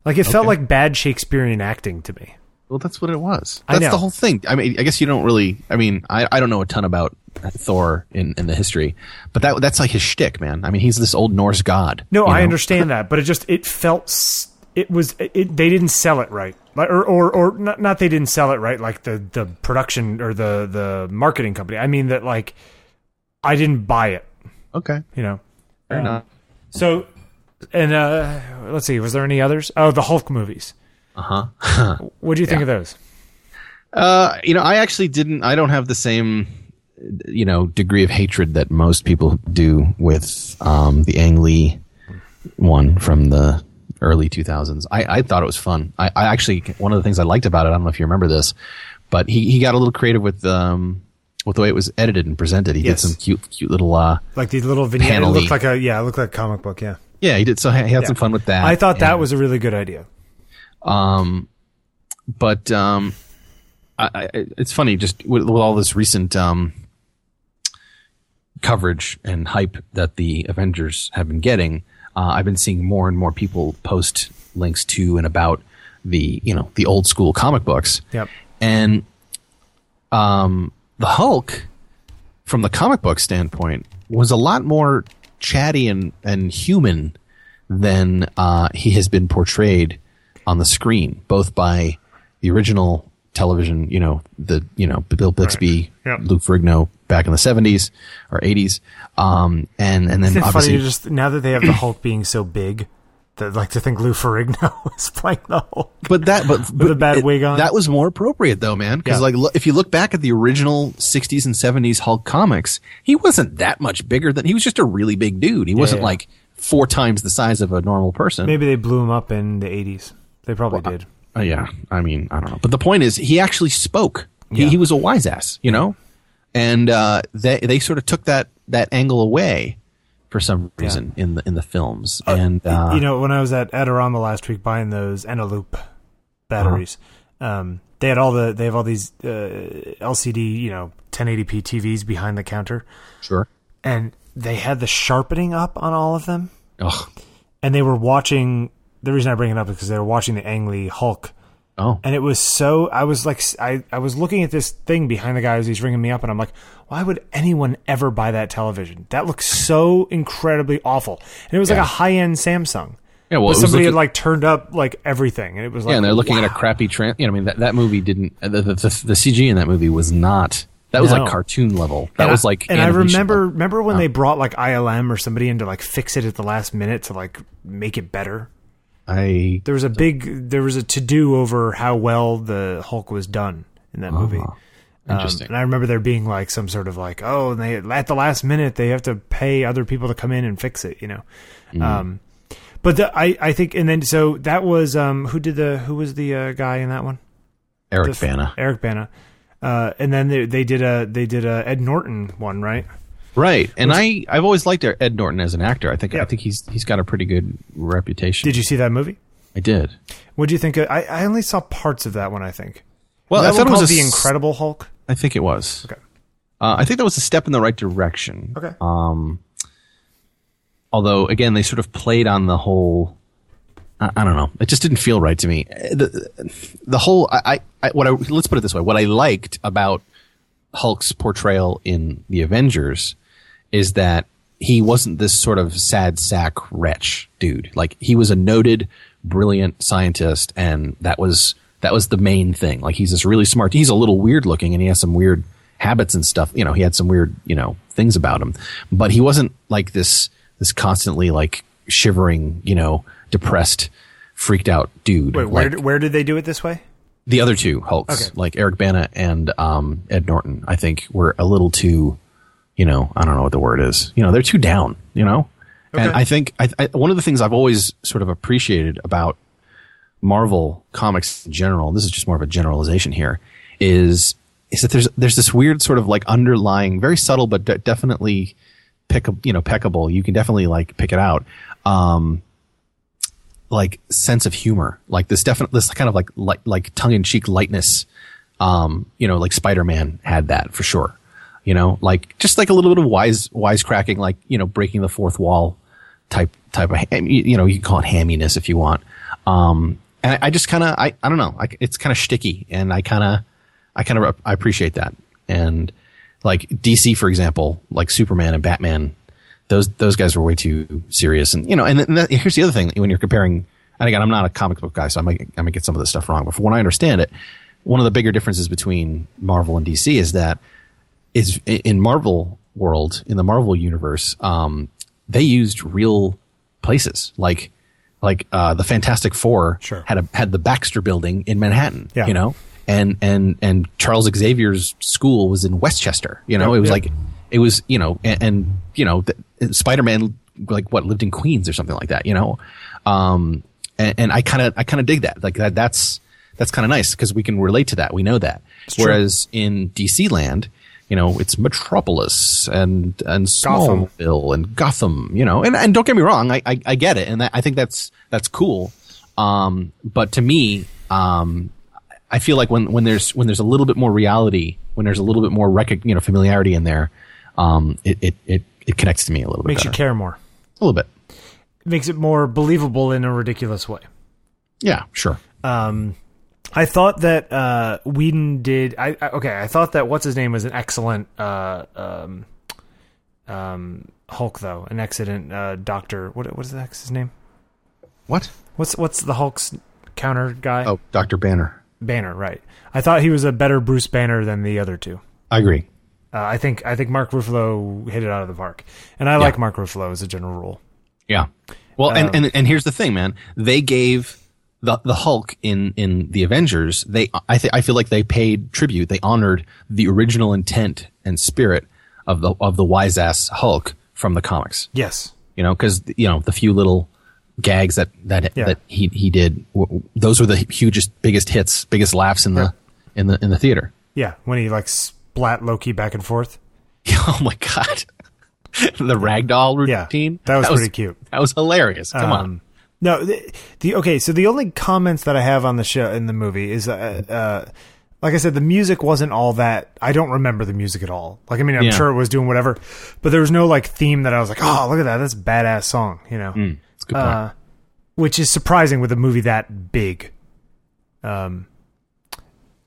B: Like it felt
C: Okay.
B: like bad Shakespearean acting to me.
C: well, that's what it was.
B: I
C: That's
B: know.
C: the whole thing. I mean, I guess you don't really. I mean, I, I don't know a ton about Thor in, in the history, but that that's like his shtick, man. I mean, he's this old Norse god.
B: No,
C: you
B: I
C: know?
B: understand that, but it just it felt s- it was it, they didn't sell it right, like, or or or not, not they didn't sell it right, like the the production or the the marketing company. I mean that like I didn't buy it,
C: Okay,
B: you know.
C: fair
B: Um,
C: enough.
B: So, and uh, let's see, was there any others? Oh, the Hulk movies. *laughs*
C: Uh-huh.
B: What do you think of those?
C: Uh, you know, I actually didn't. I don't have the same, you know, degree of hatred that most people do with um, the Ang Lee one from the early 2000s. I, I thought it was fun. I, I actually one of the things I liked about it. I don't know if you remember this, but he, he got a little creative with um with the way it was edited and presented. He
B: Yes.
C: did some cute cute little uh
B: Like the little vignette.
C: Panel-y.
B: It looked like a yeah, it looked like a comic book. Yeah,
C: yeah he did so he had some fun with that.
B: I thought that
C: And-
B: was a really good idea.
C: Um, but um, I, I, it's funny just with, with all this recent um, coverage and hype that the Avengers have been getting. Uh, I've been seeing more and more people post links to and about the you know the old school comic books.
B: Yep.
C: And um, the Hulk, from the comic book standpoint, was a lot more chatty and, and human than uh, he has been portrayed on the screen, both by the original television, you know, the you know Bill Bixby,
B: Yep.
C: Luke Frigno back in the seventies or eighties, um, and and then
B: Isn't it funny?
C: obviously
B: you Just now that they have the Hulk being so big, that like to think Lou Ferrigno *laughs* is playing the Hulk.
C: but that
B: *laughs*
C: but
B: a bad
C: it-
B: wig on.
C: that was more appropriate though man because
B: Yeah.
C: like lo- if you look back at the original 60s and 70s hulk comics he wasn't that much bigger than he was just a really big dude he wasn't
B: yeah.
C: like four times the size of a normal person
B: Maybe they blew him up in the '80s. They probably did.
C: Uh, yeah i mean i don't know but the point is he actually spoke he, he was a wise ass you know and uh, they they sort of took that that angle away for some reason in the in the films and uh,
B: you know, when I was at Adorama last week buying those Eneloop batteries, um, they had all the they have all these uh, LCD, you know, 1080p TVs behind the counter,
C: sure
B: and they had the sharpening up on all of them,
C: Ugh.
B: and they were watching. The reason I bring it up is because they were watching the Ang Lee Hulk,
C: oh
B: and it was so. I was like, I I was looking at this thing behind the guy as he's ringing me up, and I'm like, why would anyone ever buy that television? That looks so incredibly awful, and it was like
C: Yeah.
B: a high end Samsung.
C: yeah
B: But
C: well it was
B: somebody
C: looking-
B: had like turned up like everything, and it was like
C: Yeah, and they're looking at a
B: wow.
C: crappy trans. You know, I mean, that, that movie didn't. uh, The, the, the CG in that movie was not. That was
B: No.
C: like cartoon level. That
B: And
C: was
B: I-
C: like. oh.
B: and I
C: animation
B: remember
C: level.
B: remember when they brought like ILM or somebody in to like fix it at the last minute to like make it better.
C: I
B: There was a big there was a to do over how well the Hulk was done in that movie. Um,
C: Uh-huh. interesting.
B: and I remember there being like some sort of like oh,
C: Mm.
B: and they at the last minute they have to pay other people to come in and fix it, you know. Um, But the, I I think and then so that was um who did the who was the uh, guy in that one?
C: Eric
B: The-
C: Bana.
B: Eric Bana. Uh, and then they, they did a they did a Ed Norton one, right?
C: Right. And I I've always liked Ed Norton as an actor. I think
B: Yeah.
C: I think he's he's got a pretty good reputation.
B: Did you see that movie?
C: I did.
B: What do you think? Of, I I only saw parts of that one. I think.
C: Well,
B: That
C: I thought
B: one
C: it was a
B: called the
C: s-
B: Incredible Hulk.
C: I think it was.
B: Okay.
C: Uh, I think that was a step in the right direction.
B: Okay.
C: Um, although again, they sort of played on the whole. I, I don't know. It just didn't feel right to me. Uh, The, the whole. I, I, I. What I. Let's put it this way. What I liked about Hulk's portrayal in the Avengers is that he wasn't this sort of sad sack wretch dude. Like he was a noted, brilliant scientist, and that was that was the main thing. Like he's this really smart. He's a little weird looking, and he has some weird habits and stuff. You know, he had some weird you know things about him, but he wasn't like this this constantly like shivering, you know, depressed, freaked out dude.
B: Wait, where
C: Like-
B: did, where did they do it this way?
C: the other two Hulks,
B: Okay.
C: like Eric Bana and um, Ed Norton, I think were a little too, you know, I don't know what the word is. You know, they're too down. You know, and
B: Okay.
C: I think I, I, one of the things I've always sort of appreciated about Marvel comics in general, and this is just more of a generalization here, is is that there's there's this weird sort of like underlying, very subtle but de- definitely pick you know peckable. You can definitely like pick it out. Um, like sense of humor, like this definite this kind of like like, like tongue in cheek lightness. Um, you know, like Spider Man had that for sure. You know, like just like a little bit of wise wisecracking, like you know, breaking the fourth wall type type of ham- you you know you can call it hamminess if you want. Um, and I, I just kind of I, I don't know I, it's kind of sticky and I kind of I kind of I appreciate that and like DC for example like Superman and Batman those those guys were way too serious and you know and, th- and that, here's the other thing when you're comparing and again I'm not a comic book guy so I might I might get some of this stuff wrong but from what I understand it one of the bigger differences between Marvel and DC is that is in Marvel world in the Marvel universe, um, they used real places like like uh, the Fantastic Four
B: Sure.
C: had a, had the Baxter Building in Manhattan,
B: Yeah.
C: you know, and and and Charles Xavier's school was in Westchester, you know,
B: Yeah,
C: it was
B: yeah.
C: like it was you know and, and you know Spider Man like what lived in Queens or something like that, you know, um, and, and I kind of I kind of dig that like that that's that's kind of nice because we can relate to that we know that
B: true.
C: whereas in DC land you know it's Metropolis and and
B: Gotham.
C: Smallville and Gotham you know and and don't get me wrong I I, I get it and that, I think that's that's cool um but to me um I feel like when when there's when there's a little bit more reality when there's a little bit more rec- you know familiarity in there um it it it, it connects to me a little bit
B: Makes you
C: better.
B: care more.
C: a little bit
B: Makes it more believable in a ridiculous way.
C: yeah sure
B: Um, I thought that uh, Whedon did. I, I okay. I thought that what's his name was an excellent uh, um, um, Hulk though, an excellent uh, Doctor. What what is the heck's his name?
C: what
B: What's what's the Hulk's counter guy?
C: oh Doctor Banner
B: Banner, right? I thought he was a better Bruce Banner than the other two.
C: I agree
B: Uh, I think I think Mark Ruffalo hit it out of the park, and I like Mark Ruffalo as a general rule.
C: Yeah. Well, and,
B: Um,
C: and and here's the thing, man. They gave the the Hulk in in the Avengers. They I th- I feel like they paid tribute. They honored the original intent and spirit of the of the wise ass Hulk from the comics.
B: Yes,
C: You know, because you know the few little gags that that
B: Yeah.
C: that he he did. W- those were the hugest, biggest hits, biggest laughs in the in the in the theater. *laughs*
B: yeah. When he like splat Loki back and forth.
C: oh my god. *laughs* the ragdoll
B: Yeah,
C: routine.
B: that was pretty cute.
C: That was hilarious. Come on.
B: Um, no, the, the okay. So the only comments that I have on the show in the movie is, uh, uh, like I said, the music wasn't all that. I don't remember the music at all. Like I mean, I'm
C: Yeah.
B: sure it was doing whatever, but there was no like theme that I was like, oh, look at that, that's a badass song, you know,
C: It's a good point.
B: uh, which is surprising with a movie that big. Um,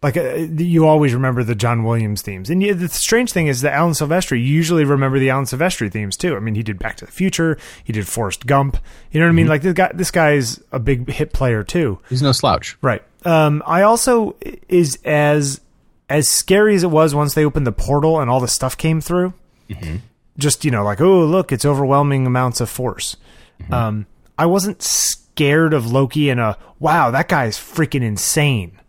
B: like uh, you always remember the John Williams themes, and yeah, the strange thing is that Alan Silvestri. You usually remember the Alan Silvestri themes too. I mean, he did Back to the Future, he did Forrest Gump. You know what I mean? Like this guy, this guy's a big hit player too.
C: He's no slouch.
B: Right. Um, I also is as as scary as it was once they opened the portal and all the stuff came through.
C: Mm-hmm.
B: Just you know, like oh look, it's overwhelming amounts of force.
C: Mm-hmm.
B: Um, I wasn't scared of Loki in a wow that guy's freaking insane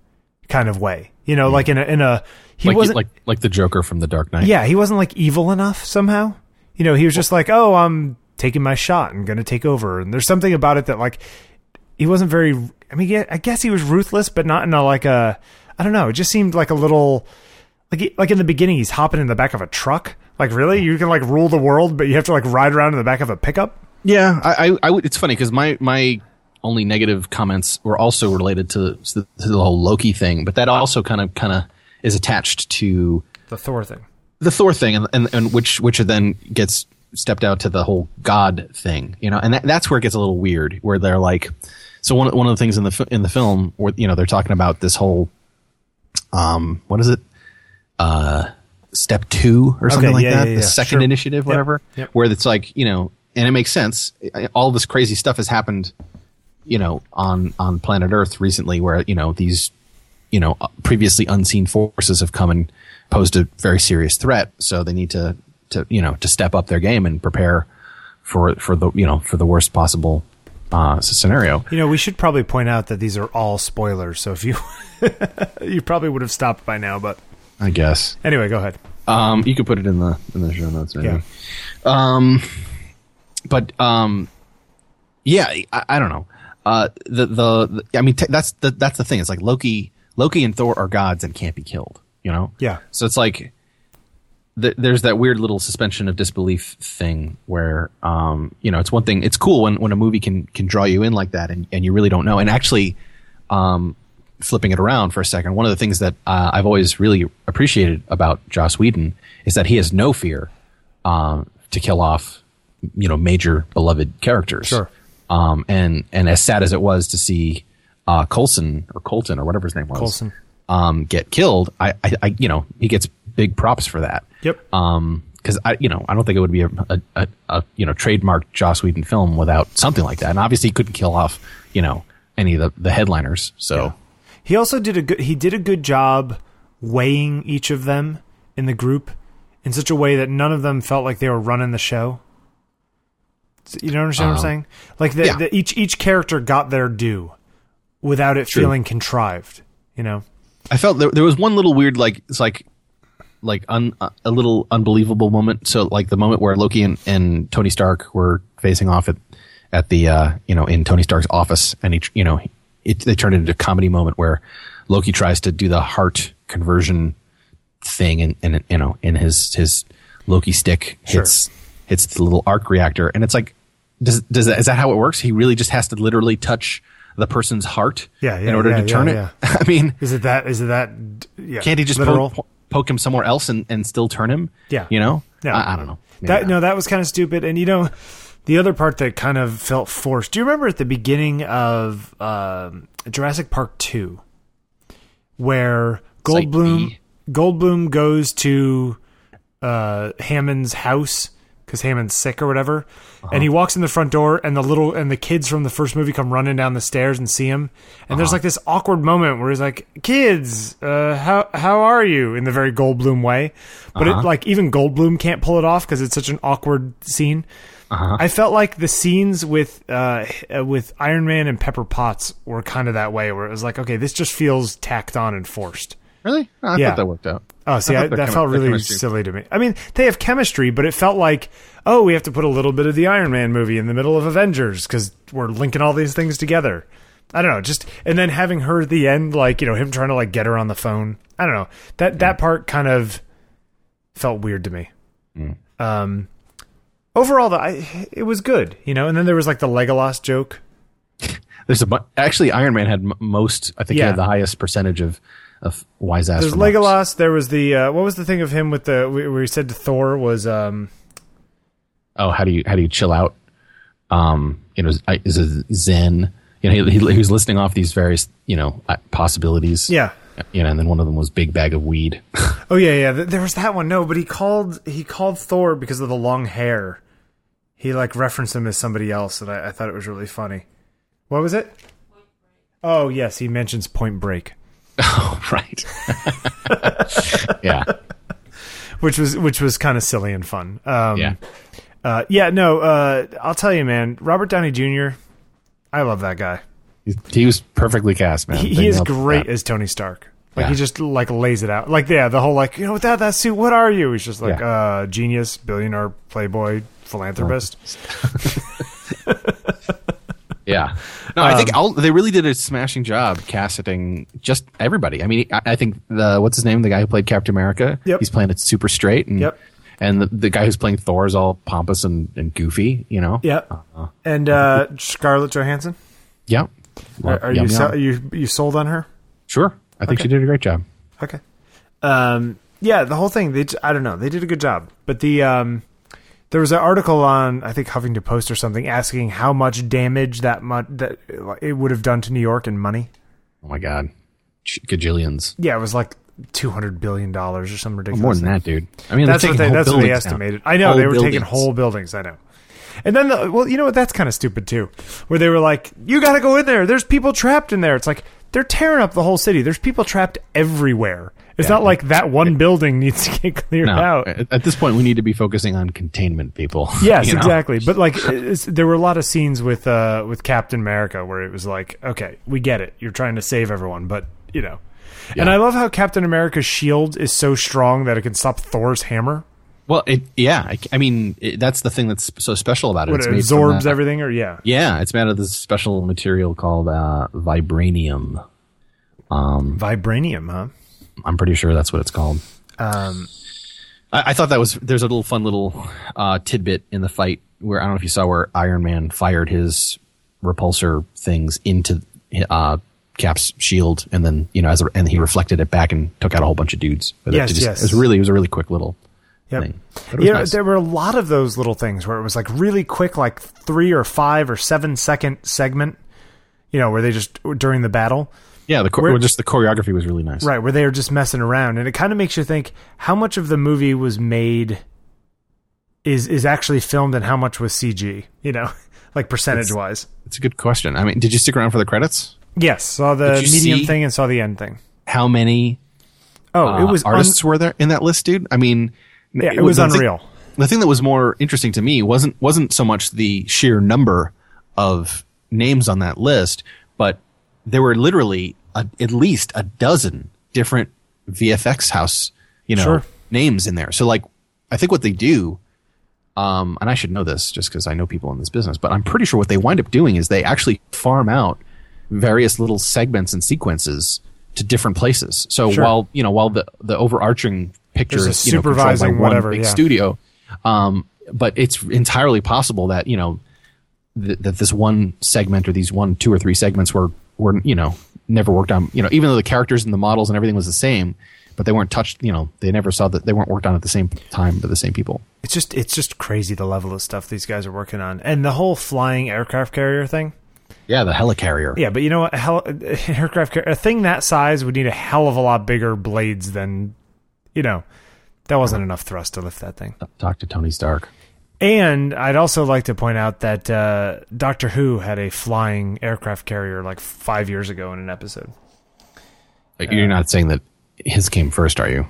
B: kind of way. You know, like in a in a he
C: Mm-hmm. like,
B: wasn't
C: like like the Joker from The Dark Knight.
B: yeah he wasn't like evil enough somehow. You know, he was just like oh I'm taking my shot and going to take over. And there's something about it that like he wasn't very. I mean, yeah, I guess he was ruthless, but not in a like a. I don't know. It just seemed like a little like he- like in the beginning, he's hopping in the back of a truck. Like really, you can like rule the world, but you have to like ride around in the back of a pickup.
C: Yeah, I, I, I would, it's funny because my my only negative comments were also related to, to the whole Loki thing, but that also kind of kind of is attached to
B: The Thor thing.
C: the Thor thing, and, and and which which then gets stepped out to the whole God thing, you know, and that, that's where it gets a little weird, where they're like, so one one of the things in the fi- in the film, where you know they're talking about this whole, um, what is it, uh, step two or something
B: Okay,
C: like
B: yeah,
C: that,
B: yeah,
C: the
B: yeah,
C: second
B: sure.
C: initiative, whatever,
B: yep.
C: where it's like you know, and it makes sense, all this crazy stuff has happened, you know, on on planet Earth recently, where you know these you know previously unseen forces have come and posed a very serious threat so they need to to you know to step up their game and prepare for for the you know for the worst possible uh s- scenario
B: You know, we should probably point out that these are all spoilers. So if you *laughs* you probably would have stopped by now, but
C: i guess
B: anyway, go ahead.
C: um you could put it in the in the show notes or
B: Yeah.
C: anything. um but um yeah i, I don't know uh the the, the- i mean t- that's the that's the thing it's like loki loki and thor are gods and can't be killed you know
B: Yeah.
C: So it's like th- there's that weird little suspension of disbelief thing where um, you know it's one thing. It's cool when, when a movie can can draw you in like that, and, and you really don't know. And actually, um, flipping it around for a second, one of the things that uh, I've always really appreciated about Joss Whedon is that he has no fear um, to kill off you know major beloved characters.
B: Sure.
C: Um, and and as sad as it was to see uh, Colson or Colton or whatever his name was
B: Coulson.
C: um, get killed, I, I, I, you know, he gets big props for that.
B: Yep.
C: Um, because I, you know, I don't think it would be a, a, a, a you know trademark Joss Whedon film without something like that. And obviously, he couldn't kill off, you know, any of the, the headliners. So
B: He also did a good he did a good job weighing each of them in the group in such a way that none of them felt like they were running the show. So You know understand what I'm saying? Like the,
C: Uh-huh. yeah.
B: the, each each character got their due without it feeling contrived. You know,
C: I felt there, there was one little weird, like it's like, like un, uh, a little unbelievable moment. So like the moment where Loki and, and Tony Stark were facing off at at the uh, you know in Tony Stark's office, and he tr- you know it, they turned it into a comedy moment where Loki tries to do the heart conversion thing, and and you know in his his Loki stick hits hits the little arc reactor, and it's like does does that is that how it works? He really just has to literally touch the person's heart
B: Yeah, yeah,
C: in order
B: yeah,
C: to turn
B: yeah,
C: it.
B: yeah.
C: *laughs* I mean,
B: is it that is it that yeah,
C: can't he just
B: literal?
C: poke, poke him somewhere else and, and still turn him?
B: Yeah.
C: You know?
B: Yeah.
C: I, I don't know.
B: That
C: Yeah.
B: no, that was kind of stupid. And you know, the other part that kind of felt forced. Do you remember at the beginning of um, Jurassic Park Two, where
C: Site
B: Goldblum
C: B.
B: Goldblum goes to uh, Hammond's house because Hammond's sick or whatever, and he walks in the front door, and the little and the kids from the first movie come running down the stairs and see him, and there's like this awkward moment where he's like, "Kids, uh, how how are you?" in the very Goldblum way, but it, like even Goldblum can't pull it off because it's such an awkward scene. I felt like the scenes with uh, uh, with Iron Man and Pepper Potts were kind of that way, where it was like, okay, this just feels tacked on and forced.
C: Really? No, I
B: Yeah.
C: thought that worked out.
B: Oh, see, I,
C: thought their
B: that
C: chemi-
B: felt
C: their
B: really
C: chemistry-
B: silly to me. I mean, they have chemistry, but it felt like, oh, we have to put a little bit of the Iron Man movie in the middle of Avengers because we're linking all these things together. I don't know, just and then having her at the end, like you know, him trying to like get her on the phone. I don't know that
C: Mm.
B: that part kind of felt weird to me.
C: Mm.
B: Um, overall, though, I, it was good, you know. And then there was like the Legolas joke.
C: There's a bu- actually Iron Man had m- most. I think he
B: Yeah.
C: had the highest percentage of of wise ass.
B: There's
C: remarks.
B: Legolas. There was the uh, what was the thing of him with the where he said to Thor was um
C: Oh, how do you how do you chill out? Um, you know, I- is a Zen. You know, he, he, he was listing off these various you know uh, possibilities.
B: yeah
C: You know, and then one of them was big bag of weed. *laughs*
B: Oh yeah, yeah. th- There was that one. No, but he called he called Thor because of the long hair. He like referenced him as somebody else, and I, I thought it was really funny. What was it? Oh yes, he mentions Point Break,
C: oh,
B: *laughs*
C: right. *laughs* yeah.
B: which was which was kind of silly and fun. Um,
C: Yeah.
B: uh, yeah. No, uh, I'll tell you, man. Robert Downey Jr. I love that guy.
C: He, he was perfectly cast, man.
B: He,
C: They
B: he is
C: nailed that.
B: great as Tony Stark. Like
C: Yeah.
B: he just like lays it out. Like yeah, the whole like you know without that suit, what are you? He's just like
C: Yeah.
B: uh, genius, billionaire, playboy, philanthropist.
C: Yeah. No, I think all, they really did a smashing job casting just everybody. I mean, I, I think the what's his name, the guy who played Captain America,
B: Yep.
C: he's playing it super straight, and
B: Yep.
C: and the, the guy who's playing Thor is all pompous and, and goofy, you know.
B: Yeah,
C: Uh-huh.
B: and uh, Scarlett Johansson.
C: Yeah. Well,
B: Are, are
C: yum,
B: you so,
C: yum.
B: are you you sold on her?
C: sure? I think she did a great job.
B: Okay. Um, yeah, the whole thing. They, I don't know. They did a good job, but the um, there was an article on I think Huffington Post or something asking how much damage that much that it would have done to New York in money.
C: Oh my god, Ch- gajillions.
B: Yeah, it was like two hundred billion dollars or some ridiculous.
C: Oh, More than that, dude. I mean,
B: That's
C: they're
B: what
C: taking
B: they,
C: whole
B: that's what they
C: buildings down.
B: estimated. I know
C: Whole
B: they were taking
C: buildings.
B: whole buildings. I know. And then, the, well, you know what? That's kind of stupid too. Where they were like, "You got to go in there. There's people trapped in there." It's like they're tearing up the whole city. There's people trapped everywhere. It's not like that one building *laughs* needs to get cleared
C: No,
B: out.
C: at at this point, we need to be focusing on containment, people.
B: Yes,
C: *laughs* you know?
B: exactly. But like, *laughs* it's, there were a lot of scenes with uh, with Captain America where it was like, okay, we get it. You're trying to save everyone, but you know. And
C: Yeah.
B: I love how Captain America's shield is so strong that it can stop Thor's hammer.
C: Well, it, yeah. I, I mean, it, that's the thing that's so special about it.
B: But
C: It's
B: it
C: made from
B: absorbs
C: that-
B: everything, or yeah,
C: Yeah, it's made out of this special material called uh, vibranium.
B: vibranium, huh?
C: I'm pretty sure that's what it's called.
B: Um,
C: I, I thought that was there's a little fun little uh, tidbit in the fight where I don't know if you saw where Iron Man fired his repulsor things into uh, Cap's shield, and then you know as a, and he reflected it back and took out a whole bunch of dudes. With
B: Yes,
C: it, It just,
B: yes.
C: It was really it was a really quick little
B: Yep.
C: thing. But it was
B: Yeah,
C: nice.
B: there were a lot of those little things where it was like really quick, like three or five or seven second segment, you know, where they just during the battle,
C: yeah, the chor-
B: where-
C: just the choreography was really nice.
B: right, where they are just messing around, and it kind of makes you think how much of the movie was made is is actually filmed and how much was CG, you know, *laughs* like percentage wise.
C: It's a good question. I mean, did you stick around for the credits?
B: Yes, saw the
C: Did you
B: medium
C: see-
B: thing and saw the end thing.
C: How many
B: Oh,
C: uh,
B: it was un-
C: artists were there in that list, dude. I mean,
B: yeah, it
C: the
B: was
C: thing-
B: unreal.
C: the thing that was more interesting to me wasn't wasn't so much the sheer number of names on that list, but there were literally a, at least a dozen different VFX house, you know,
B: Sure.
C: names in there. So like, I think what they do, um, and I should know this just because I know people in this business, but I'm pretty sure what they wind up doing is they actually farm out various little segments and sequences to different places. So
B: Sure.
C: while you know, while the the overarching picture
B: There's a
C: is you know, controlled by
B: supervising
C: one
B: whatever,
C: big
B: yeah.
C: studio, um, but it's entirely possible that you know th- that this one segment or these one two or three segments were were you know never worked on you know even though the characters and the models and everything was the same but they weren't touched you know they never saw that they weren't worked on at the same time by the same people
B: It's just it's just crazy the level of stuff these guys are working on, and the whole flying aircraft carrier thing.
C: yeah the helicarrier
B: Yeah, but you know what? A hell, an aircraft car- a thing that size would need a hell of a lot bigger blades than, you know, that wasn't enough thrust to lift that thing.
C: talk to tony stark
B: And I'd also like to point out that uh, Doctor Who had a flying aircraft carrier like five years ago in an episode.
C: Like, you're not saying that his came first are you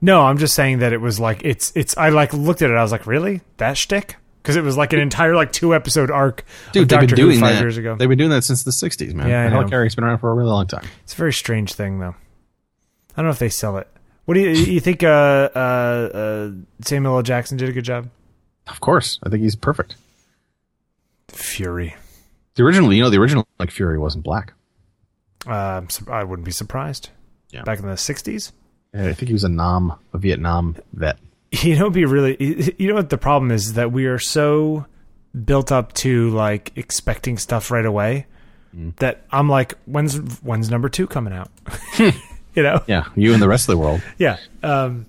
B: No, I'm just saying that it was like it's it's. I like looked at it. I was like, really that shtick? Because it was like an entire like two episode arc. of
C: dude they've
B: Doctor
C: been doing
B: Who five
C: that
B: years ago.
C: they've been doing that since the 60s man
B: Yeah, I
C: the
B: know.
C: helicarrier's been around for a really long time
B: It's a very strange thing, though. I don't know if they sell it. What do you you think? Uh, uh, uh, Samuel L. Jackson did a good job.
C: of course i think he's perfect
B: Fury.
C: the original you know the original like fury wasn't black
B: Uh, I'm sur- I wouldn't be surprised.
C: Yeah.
B: Back in the '60s,
C: i think he was a nam a vietnam vet
B: *laughs* you know, it'd be really. You know what the problem is? is That we are so built up to like expecting stuff right away
C: Mm-hmm.
B: that I'm like, when's when's number two coming
C: *laughs*
B: out? *laughs* you know.
C: yeah you and the rest of the world
B: Yeah. Um,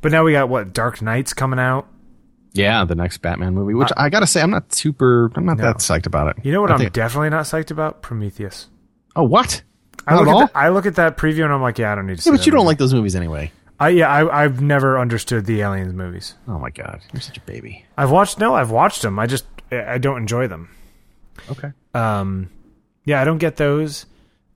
B: but now we got what Dark Knight's coming out.
C: *laughs* Yeah, the next Batman movie, which I, gotta say, I'm not super, I'm not that psyched about it.
B: You know what
C: I
B: I'm
C: think-
B: definitely not psyched about? Prometheus.
C: oh, what?
B: I
C: Not
B: look,
C: at all.
B: At that, I look at that preview and I'm like, yeah, I don't need to see
C: yeah, but
B: that
C: you don't
B: movie.
C: like those movies anyway.
B: I, yeah, I, I've never understood the aliens movies.
C: Oh my god, you're such a baby.
B: I've watched no, I've watched them. I just I I don't enjoy them.
C: Okay.
B: Um, yeah, I don't get those.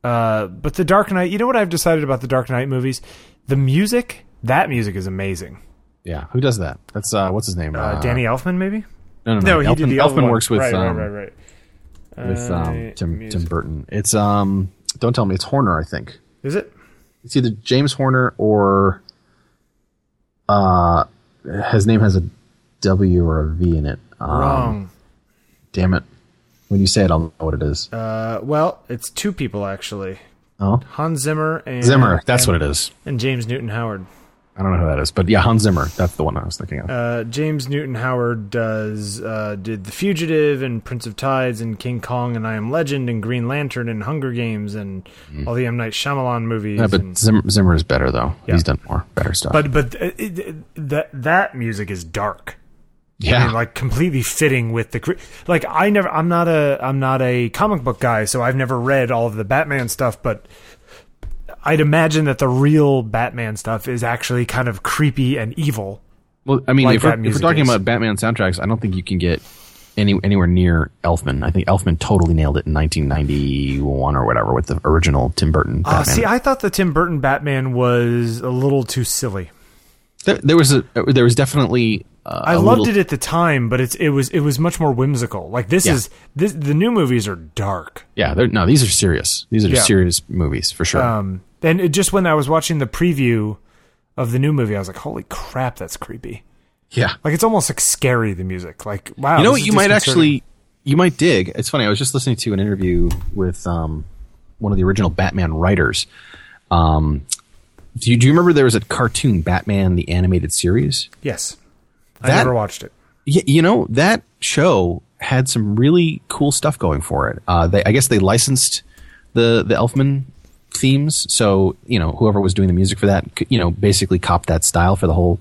B: Uh, but the Dark Knight. You know what I've decided about the Dark Knight movies? The music. That music is amazing.
C: Yeah, who does that? That's uh, what's his name?
B: Uh, Danny Elfman, maybe?
C: No, no,
B: No,
C: no.
B: he
C: Elfman,
B: did the
C: Elfman
B: other one.
C: works with
B: right,
C: um,
B: right, right, right.
C: with um,
B: Uh,
C: Tim Tim
B: music.
C: Burton. It's um, don't tell me it's Horner. I think
B: Is it?
C: it's either James Horner or uh, his name has a W or a V in it. Um,
B: Wrong.
C: Damn it. When you say it, I'll know what it is.
B: Uh, well, it's two people actually.
C: oh,
B: Hans Zimmer and
C: Zimmer. That's
B: and-
C: what it is.
B: And James Newton Howard.
C: I don't know who that is, but yeah, Hans Zimmer. That's the one I was thinking of.
B: Uh, James Newton Howard does uh, did The Fugitive and Prince of Tides and King Kong and I Am Legend and Green Lantern and Hunger Games and all the M Night Shyamalan movies.
C: Mm. yeah, but
B: and-
C: Zimmer, Zimmer is better though.
B: Yeah.
C: He's done more better stuff.
B: but but uh, it, it- that that music is dark. I
C: yeah,
B: mean, like completely fitting with the cre- like I never I'm not a I'm not a comic book guy, so I've never read all of the Batman stuff, but I'd imagine that the real Batman stuff is actually kind of creepy and evil.
C: well, I mean,
B: like
C: if, we're,
B: that
C: if we're
B: music
C: talking
B: is.
C: about Batman soundtracks, I don't think you can get any anywhere near Elfman. I think Elfman totally nailed it in 1991 or whatever with the original Tim Burton.
B: Uh,
C: Batman.
B: see, I thought the Tim Burton Batman was a little too silly.
C: there, there was a there was definitely. Uh,
B: I
C: a
B: loved
C: little-
B: it at the time, but it's it was it was much more whimsical. Like this
C: Yeah.
B: is this the new movies are dark.
C: Yeah, they're- no, these are serious. These are
B: Yeah.
C: serious movies for sure.
B: Um, and it, just when I was watching the preview of the new movie, I was like, "Holy crap, that's creepy!"
C: yeah,
B: Like it's almost like scary. The music, like wow.
C: you know
B: this
C: what
B: is
C: you might
B: disconcerting.
C: actually you might dig it's funny i was just listening to an interview with um, one of the original batman writers um, do, you, do you remember there was a cartoon batman the animated series
B: yes. I
C: That-
B: never watched it.
C: Y- you know that show had some really cool stuff going for it uh, they, i guess they licensed the, the elfman themes so you know whoever was doing the music for that c- you know basically copped that style for the whole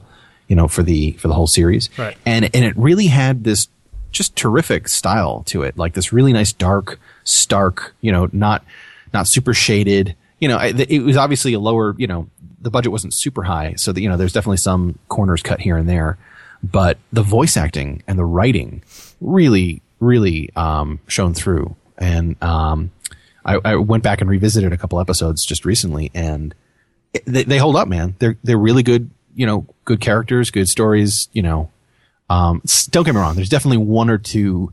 C: you know for the for the whole series
B: Right.
C: and and it really had this just terrific style to it like this really nice dark stark you know not not super shaded you know I, th- it was obviously a lower you know the budget wasn't super high so that you know there's definitely some corners cut here and there but the voice acting and the writing really really um shone through and um I, I went back and revisited a couple episodes just recently and they, they hold up, man. They're they're really good. You know, good characters, good stories. You know, um, s- don't get me wrong. There's definitely one or two,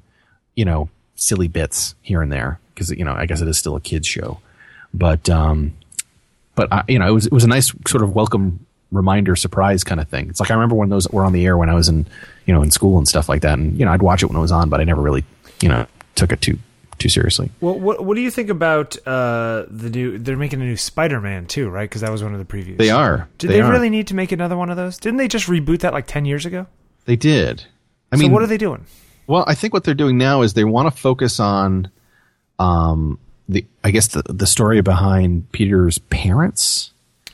C: you know, silly bits here and there because you know I guess it is still a kids show, but um, but I, you know it was it was a nice sort of welcome reminder surprise kind of thing. It's like I remember when those were on the air when I was in you know in school and stuff like that, and you know I'd watch it when it was on, but I never really you know took it too too seriously.
B: Well, what what do you think about uh, the new? They're making a new Spider-Man too, right? Because that was one of the previews.
C: They are.
B: Did they,
C: are.
B: really need to make another one of those? Didn't they just reboot that like ten years ago?
C: They did. I mean,
B: so what are they doing?
C: Well, I think what they're doing now is they want to focus on, um, the I guess the the story behind Peter's parents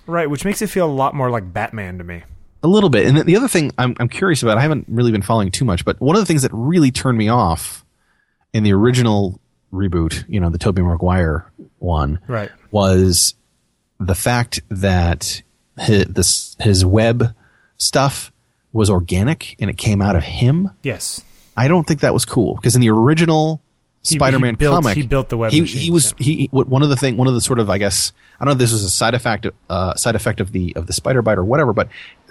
B: Right, which makes it feel a lot more like Batman to me.
C: a little bit. And then the other thing I'm I'm curious about, I haven't really been following too much, but one of the things that really turned me off in the original reboot, you know, the Tobey Maguire one,
B: Right.
C: was the fact that his, this, his web stuff was organic and it came out of him.
B: Yes.
C: I don't think that was cool because in the original
B: he
C: Spider-Man
B: built-
C: comic,
B: he built the web
C: He,
B: machines,
C: he was he what- one of the thing, one of the sort of I guess I don't know if this was a side effect uh, side effect of the of the Spider Bite or whatever, but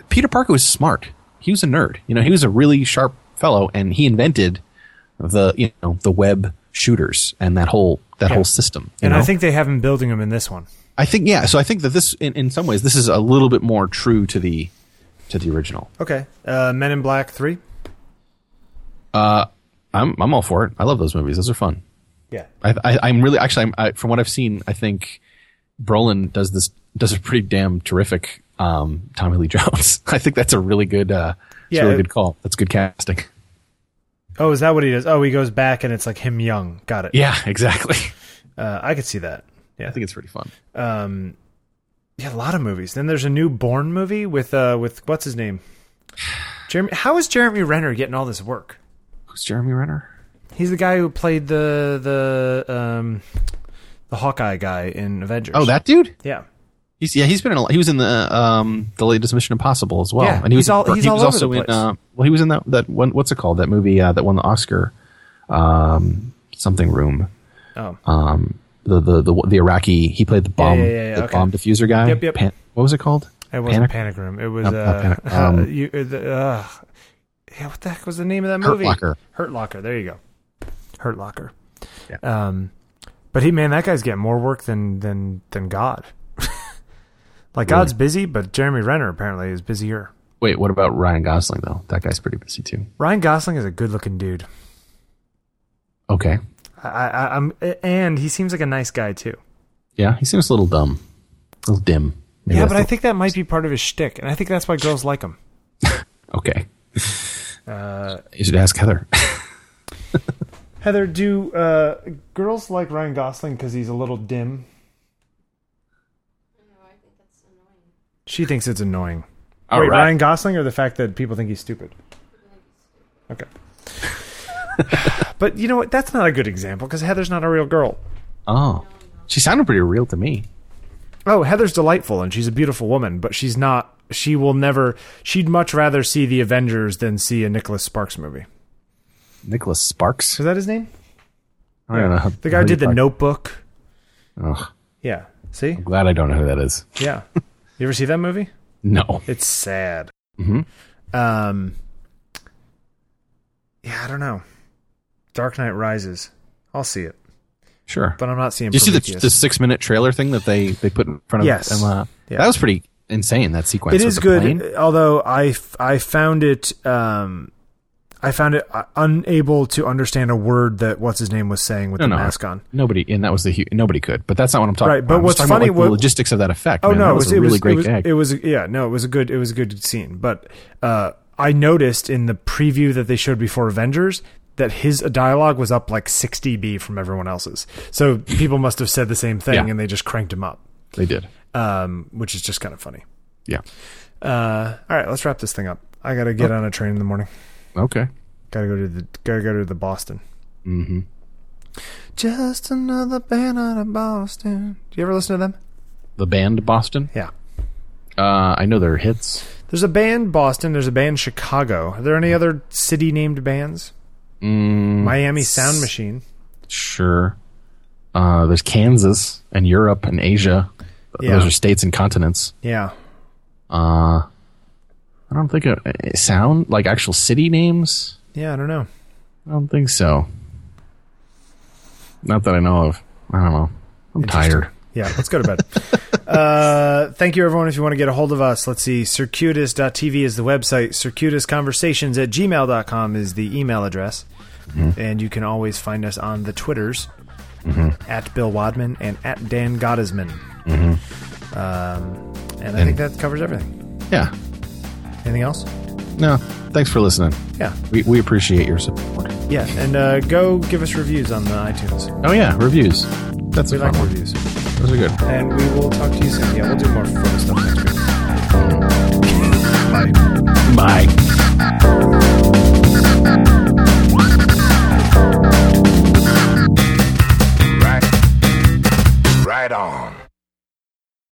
C: Peter Parker was smart. He was a nerd. You know, he was a really sharp fellow, and he invented the you know the web shooters and that whole that
B: Yeah.
C: whole system. you
B: And I
C: know?
B: think they have him building them in this one.
C: I think yeah. So I think that this in, in some ways this is a little bit more true to the to the original.
B: Okay. Uh, Men in Black 3?
C: I'm I'm all for it. I love those movies. Those are fun.
B: Yeah.
C: I, I, I'm really actually, I'm, I, from what I've seen, I think Brolin does this does a pretty damn terrific um, Tommy Lee Jones. *laughs* I think that's a really good, uh, it's a
B: Yeah,
C: really
B: it-
C: good call. That's good casting. *laughs*
B: Oh, is that what he does? Oh, he goes back and it's like him young. Got it.
C: Yeah, exactly. *laughs*
B: Uh, I could see that. Yeah.
C: I think it's pretty fun.
B: Um, yeah, a lot of movies. Then there's a new Born movie with, uh, with what's his name? Jeremy. How is Jeremy Renner getting all this work?
C: Who's Jeremy Renner?
B: He's the guy who played the, the, um, the Hawkeye guy in Avengers.
C: Oh, that dude.
B: Yeah.
C: He's yeah. He's been in a lot. He was in the um the latest Mission Impossible as well.
B: Yeah,
C: and he was
B: he's all-
C: in-
B: he's
C: he
B: all
C: was
B: over
C: also
B: the
C: in
B: place.
C: uh, well he was in that that one what's it called that movie uh, that won the Oscar, um something room
B: Oh.
C: um the the the, the Iraqi he played the bomb
B: yeah, yeah, yeah,
C: the
B: okay.
C: bomb diffuser guy.
B: Yep, yep.
C: what was it called?
B: It wasn't
C: Panic?
B: Panic, Room. It was
C: Not-
B: *laughs*
C: not
B: uh,
C: Panic. Um,
B: uh, you, uh, the, uh, yeah, what the heck was the name of that
C: Hurt
B: movie?
C: Locker.
B: Hurt Locker. There you go. Hurt Locker.
C: Yeah.
B: Um, but he, man, that guy's getting more work than *laughs* than than God. like God's busy, but Jeremy Renner apparently is busier.
C: Wait, what about Ryan Gosling though? That guy's pretty busy too.
B: Ryan Gosling is a good-looking dude.
C: Okay.
B: I, I, I'm, and he seems like a nice guy too.
C: Yeah, he seems a little dumb, a little dim. Maybe
B: yeah,
C: that's
B: but I
C: the-
B: think that might be part of his shtick, and I think that's why girls like him.
C: okay.
B: Uh,
C: You should ask Heather.
B: Heather, do uh, girls like Ryan Gosling because he's a little dim? She thinks it's annoying.
C: All
B: Wait,
C: right.
B: Ryan Gosling or the fact that people think he's stupid? Okay. *laughs* but you know what? That's not a good example because Heather's not a real girl.
C: Oh, she sounded pretty real to me.
B: Oh, Heather's delightful and she's a beautiful woman, but she's not. She will never. She'd much rather see the Avengers than see a Nicholas Sparks movie.
C: Nicholas Sparks.
B: Is that his name?
C: I don't know. how-
B: The guy who
C: how you
B: did The
C: talk-
B: Notebook.
C: Ugh,
B: Yeah. See?
C: glad I don't know who that is. *laughs*
B: Yeah. You ever see that movie?
C: No.
B: It's sad.
C: Mhm.
B: Um. Yeah, I don't know. Dark Knight Rises. I'll see it,
C: Sure.
B: but I'm not seeing.
C: Did you see the,
B: Prometheus.
C: the six minute trailer thing that they, they put in front of
B: Yes.
C: them? Uh,
B: Yeah.
C: That was pretty insane, that sequence.
B: it
C: with
B: is
C: the
B: good,
C: plane.
B: although I f- I found it um, I found it uh, unable to understand a word that what's his name was saying with
C: No,
B: the
C: no.
B: mask on.
C: Nobody, and that was the hu- nobody could, but that's not what I'm talking
B: Right,
C: about.
B: but
C: I'm just
B: what's
C: talking
B: funny
C: about, like,
B: wa-
C: the logistics of that effect.
B: Oh
C: man.
B: no,
C: that
B: it
C: was,
B: was,
C: a
B: it
C: really
B: was,
C: great
B: it was,
C: gag.
B: It was yeah, no, it was a good it was a good scene, but uh, I noticed in the preview that they showed before Avengers that his dialogue was up like 60 B from everyone else's. So people must have said the same thing
C: Yeah.
B: and they just cranked him up.
C: they did.
B: Um, which is just kind of funny.
C: Yeah.
B: Uh, all right, let's wrap this thing up. I got to
C: Oh.
B: get on a train in the morning.
C: Okay.
B: Got to go to the got to go to the Boston.
C: Mm-hmm.
B: Just another band out of Boston. Do you ever listen to them?
C: The band Boston.
B: Yeah.
C: Uh, I know their hits.
B: There's a band Boston. There's a band Chicago. Are there any other city named bands?
C: Mm,
B: Miami Sound Machine.
C: sure. Uh, there's Kansas and Europe and Asia.
B: Yeah.
C: Those are states and continents.
B: Yeah.
C: Uh, I don't think of eh, sound like actual city names.
B: Yeah, I don't know.
C: I don't think so. Not that I know of. I don't know. I'm tired.
B: Yeah, let's go to bed. uh, thank you, everyone. If you want to get a hold of us, let's see. Circuitous.tv is the website. Circuitousconversations at gmail.com is the email address. And you can always find us on the Twitters at Bill Wadman and at Dan Gottesman. Um, and I think that covers everything.
C: Yeah.
B: Anything else?
C: No. Thanks for listening.
B: Yeah.
C: We, we appreciate your support.
B: Yeah. And uh, go give us reviews on the iTunes.
C: Oh yeah, reviews. That's
B: We
C: a fun
B: like
C: one.
B: reviews.
C: Those are good.
B: And we will talk to you soon. Yeah, we'll do more fun stuff next week.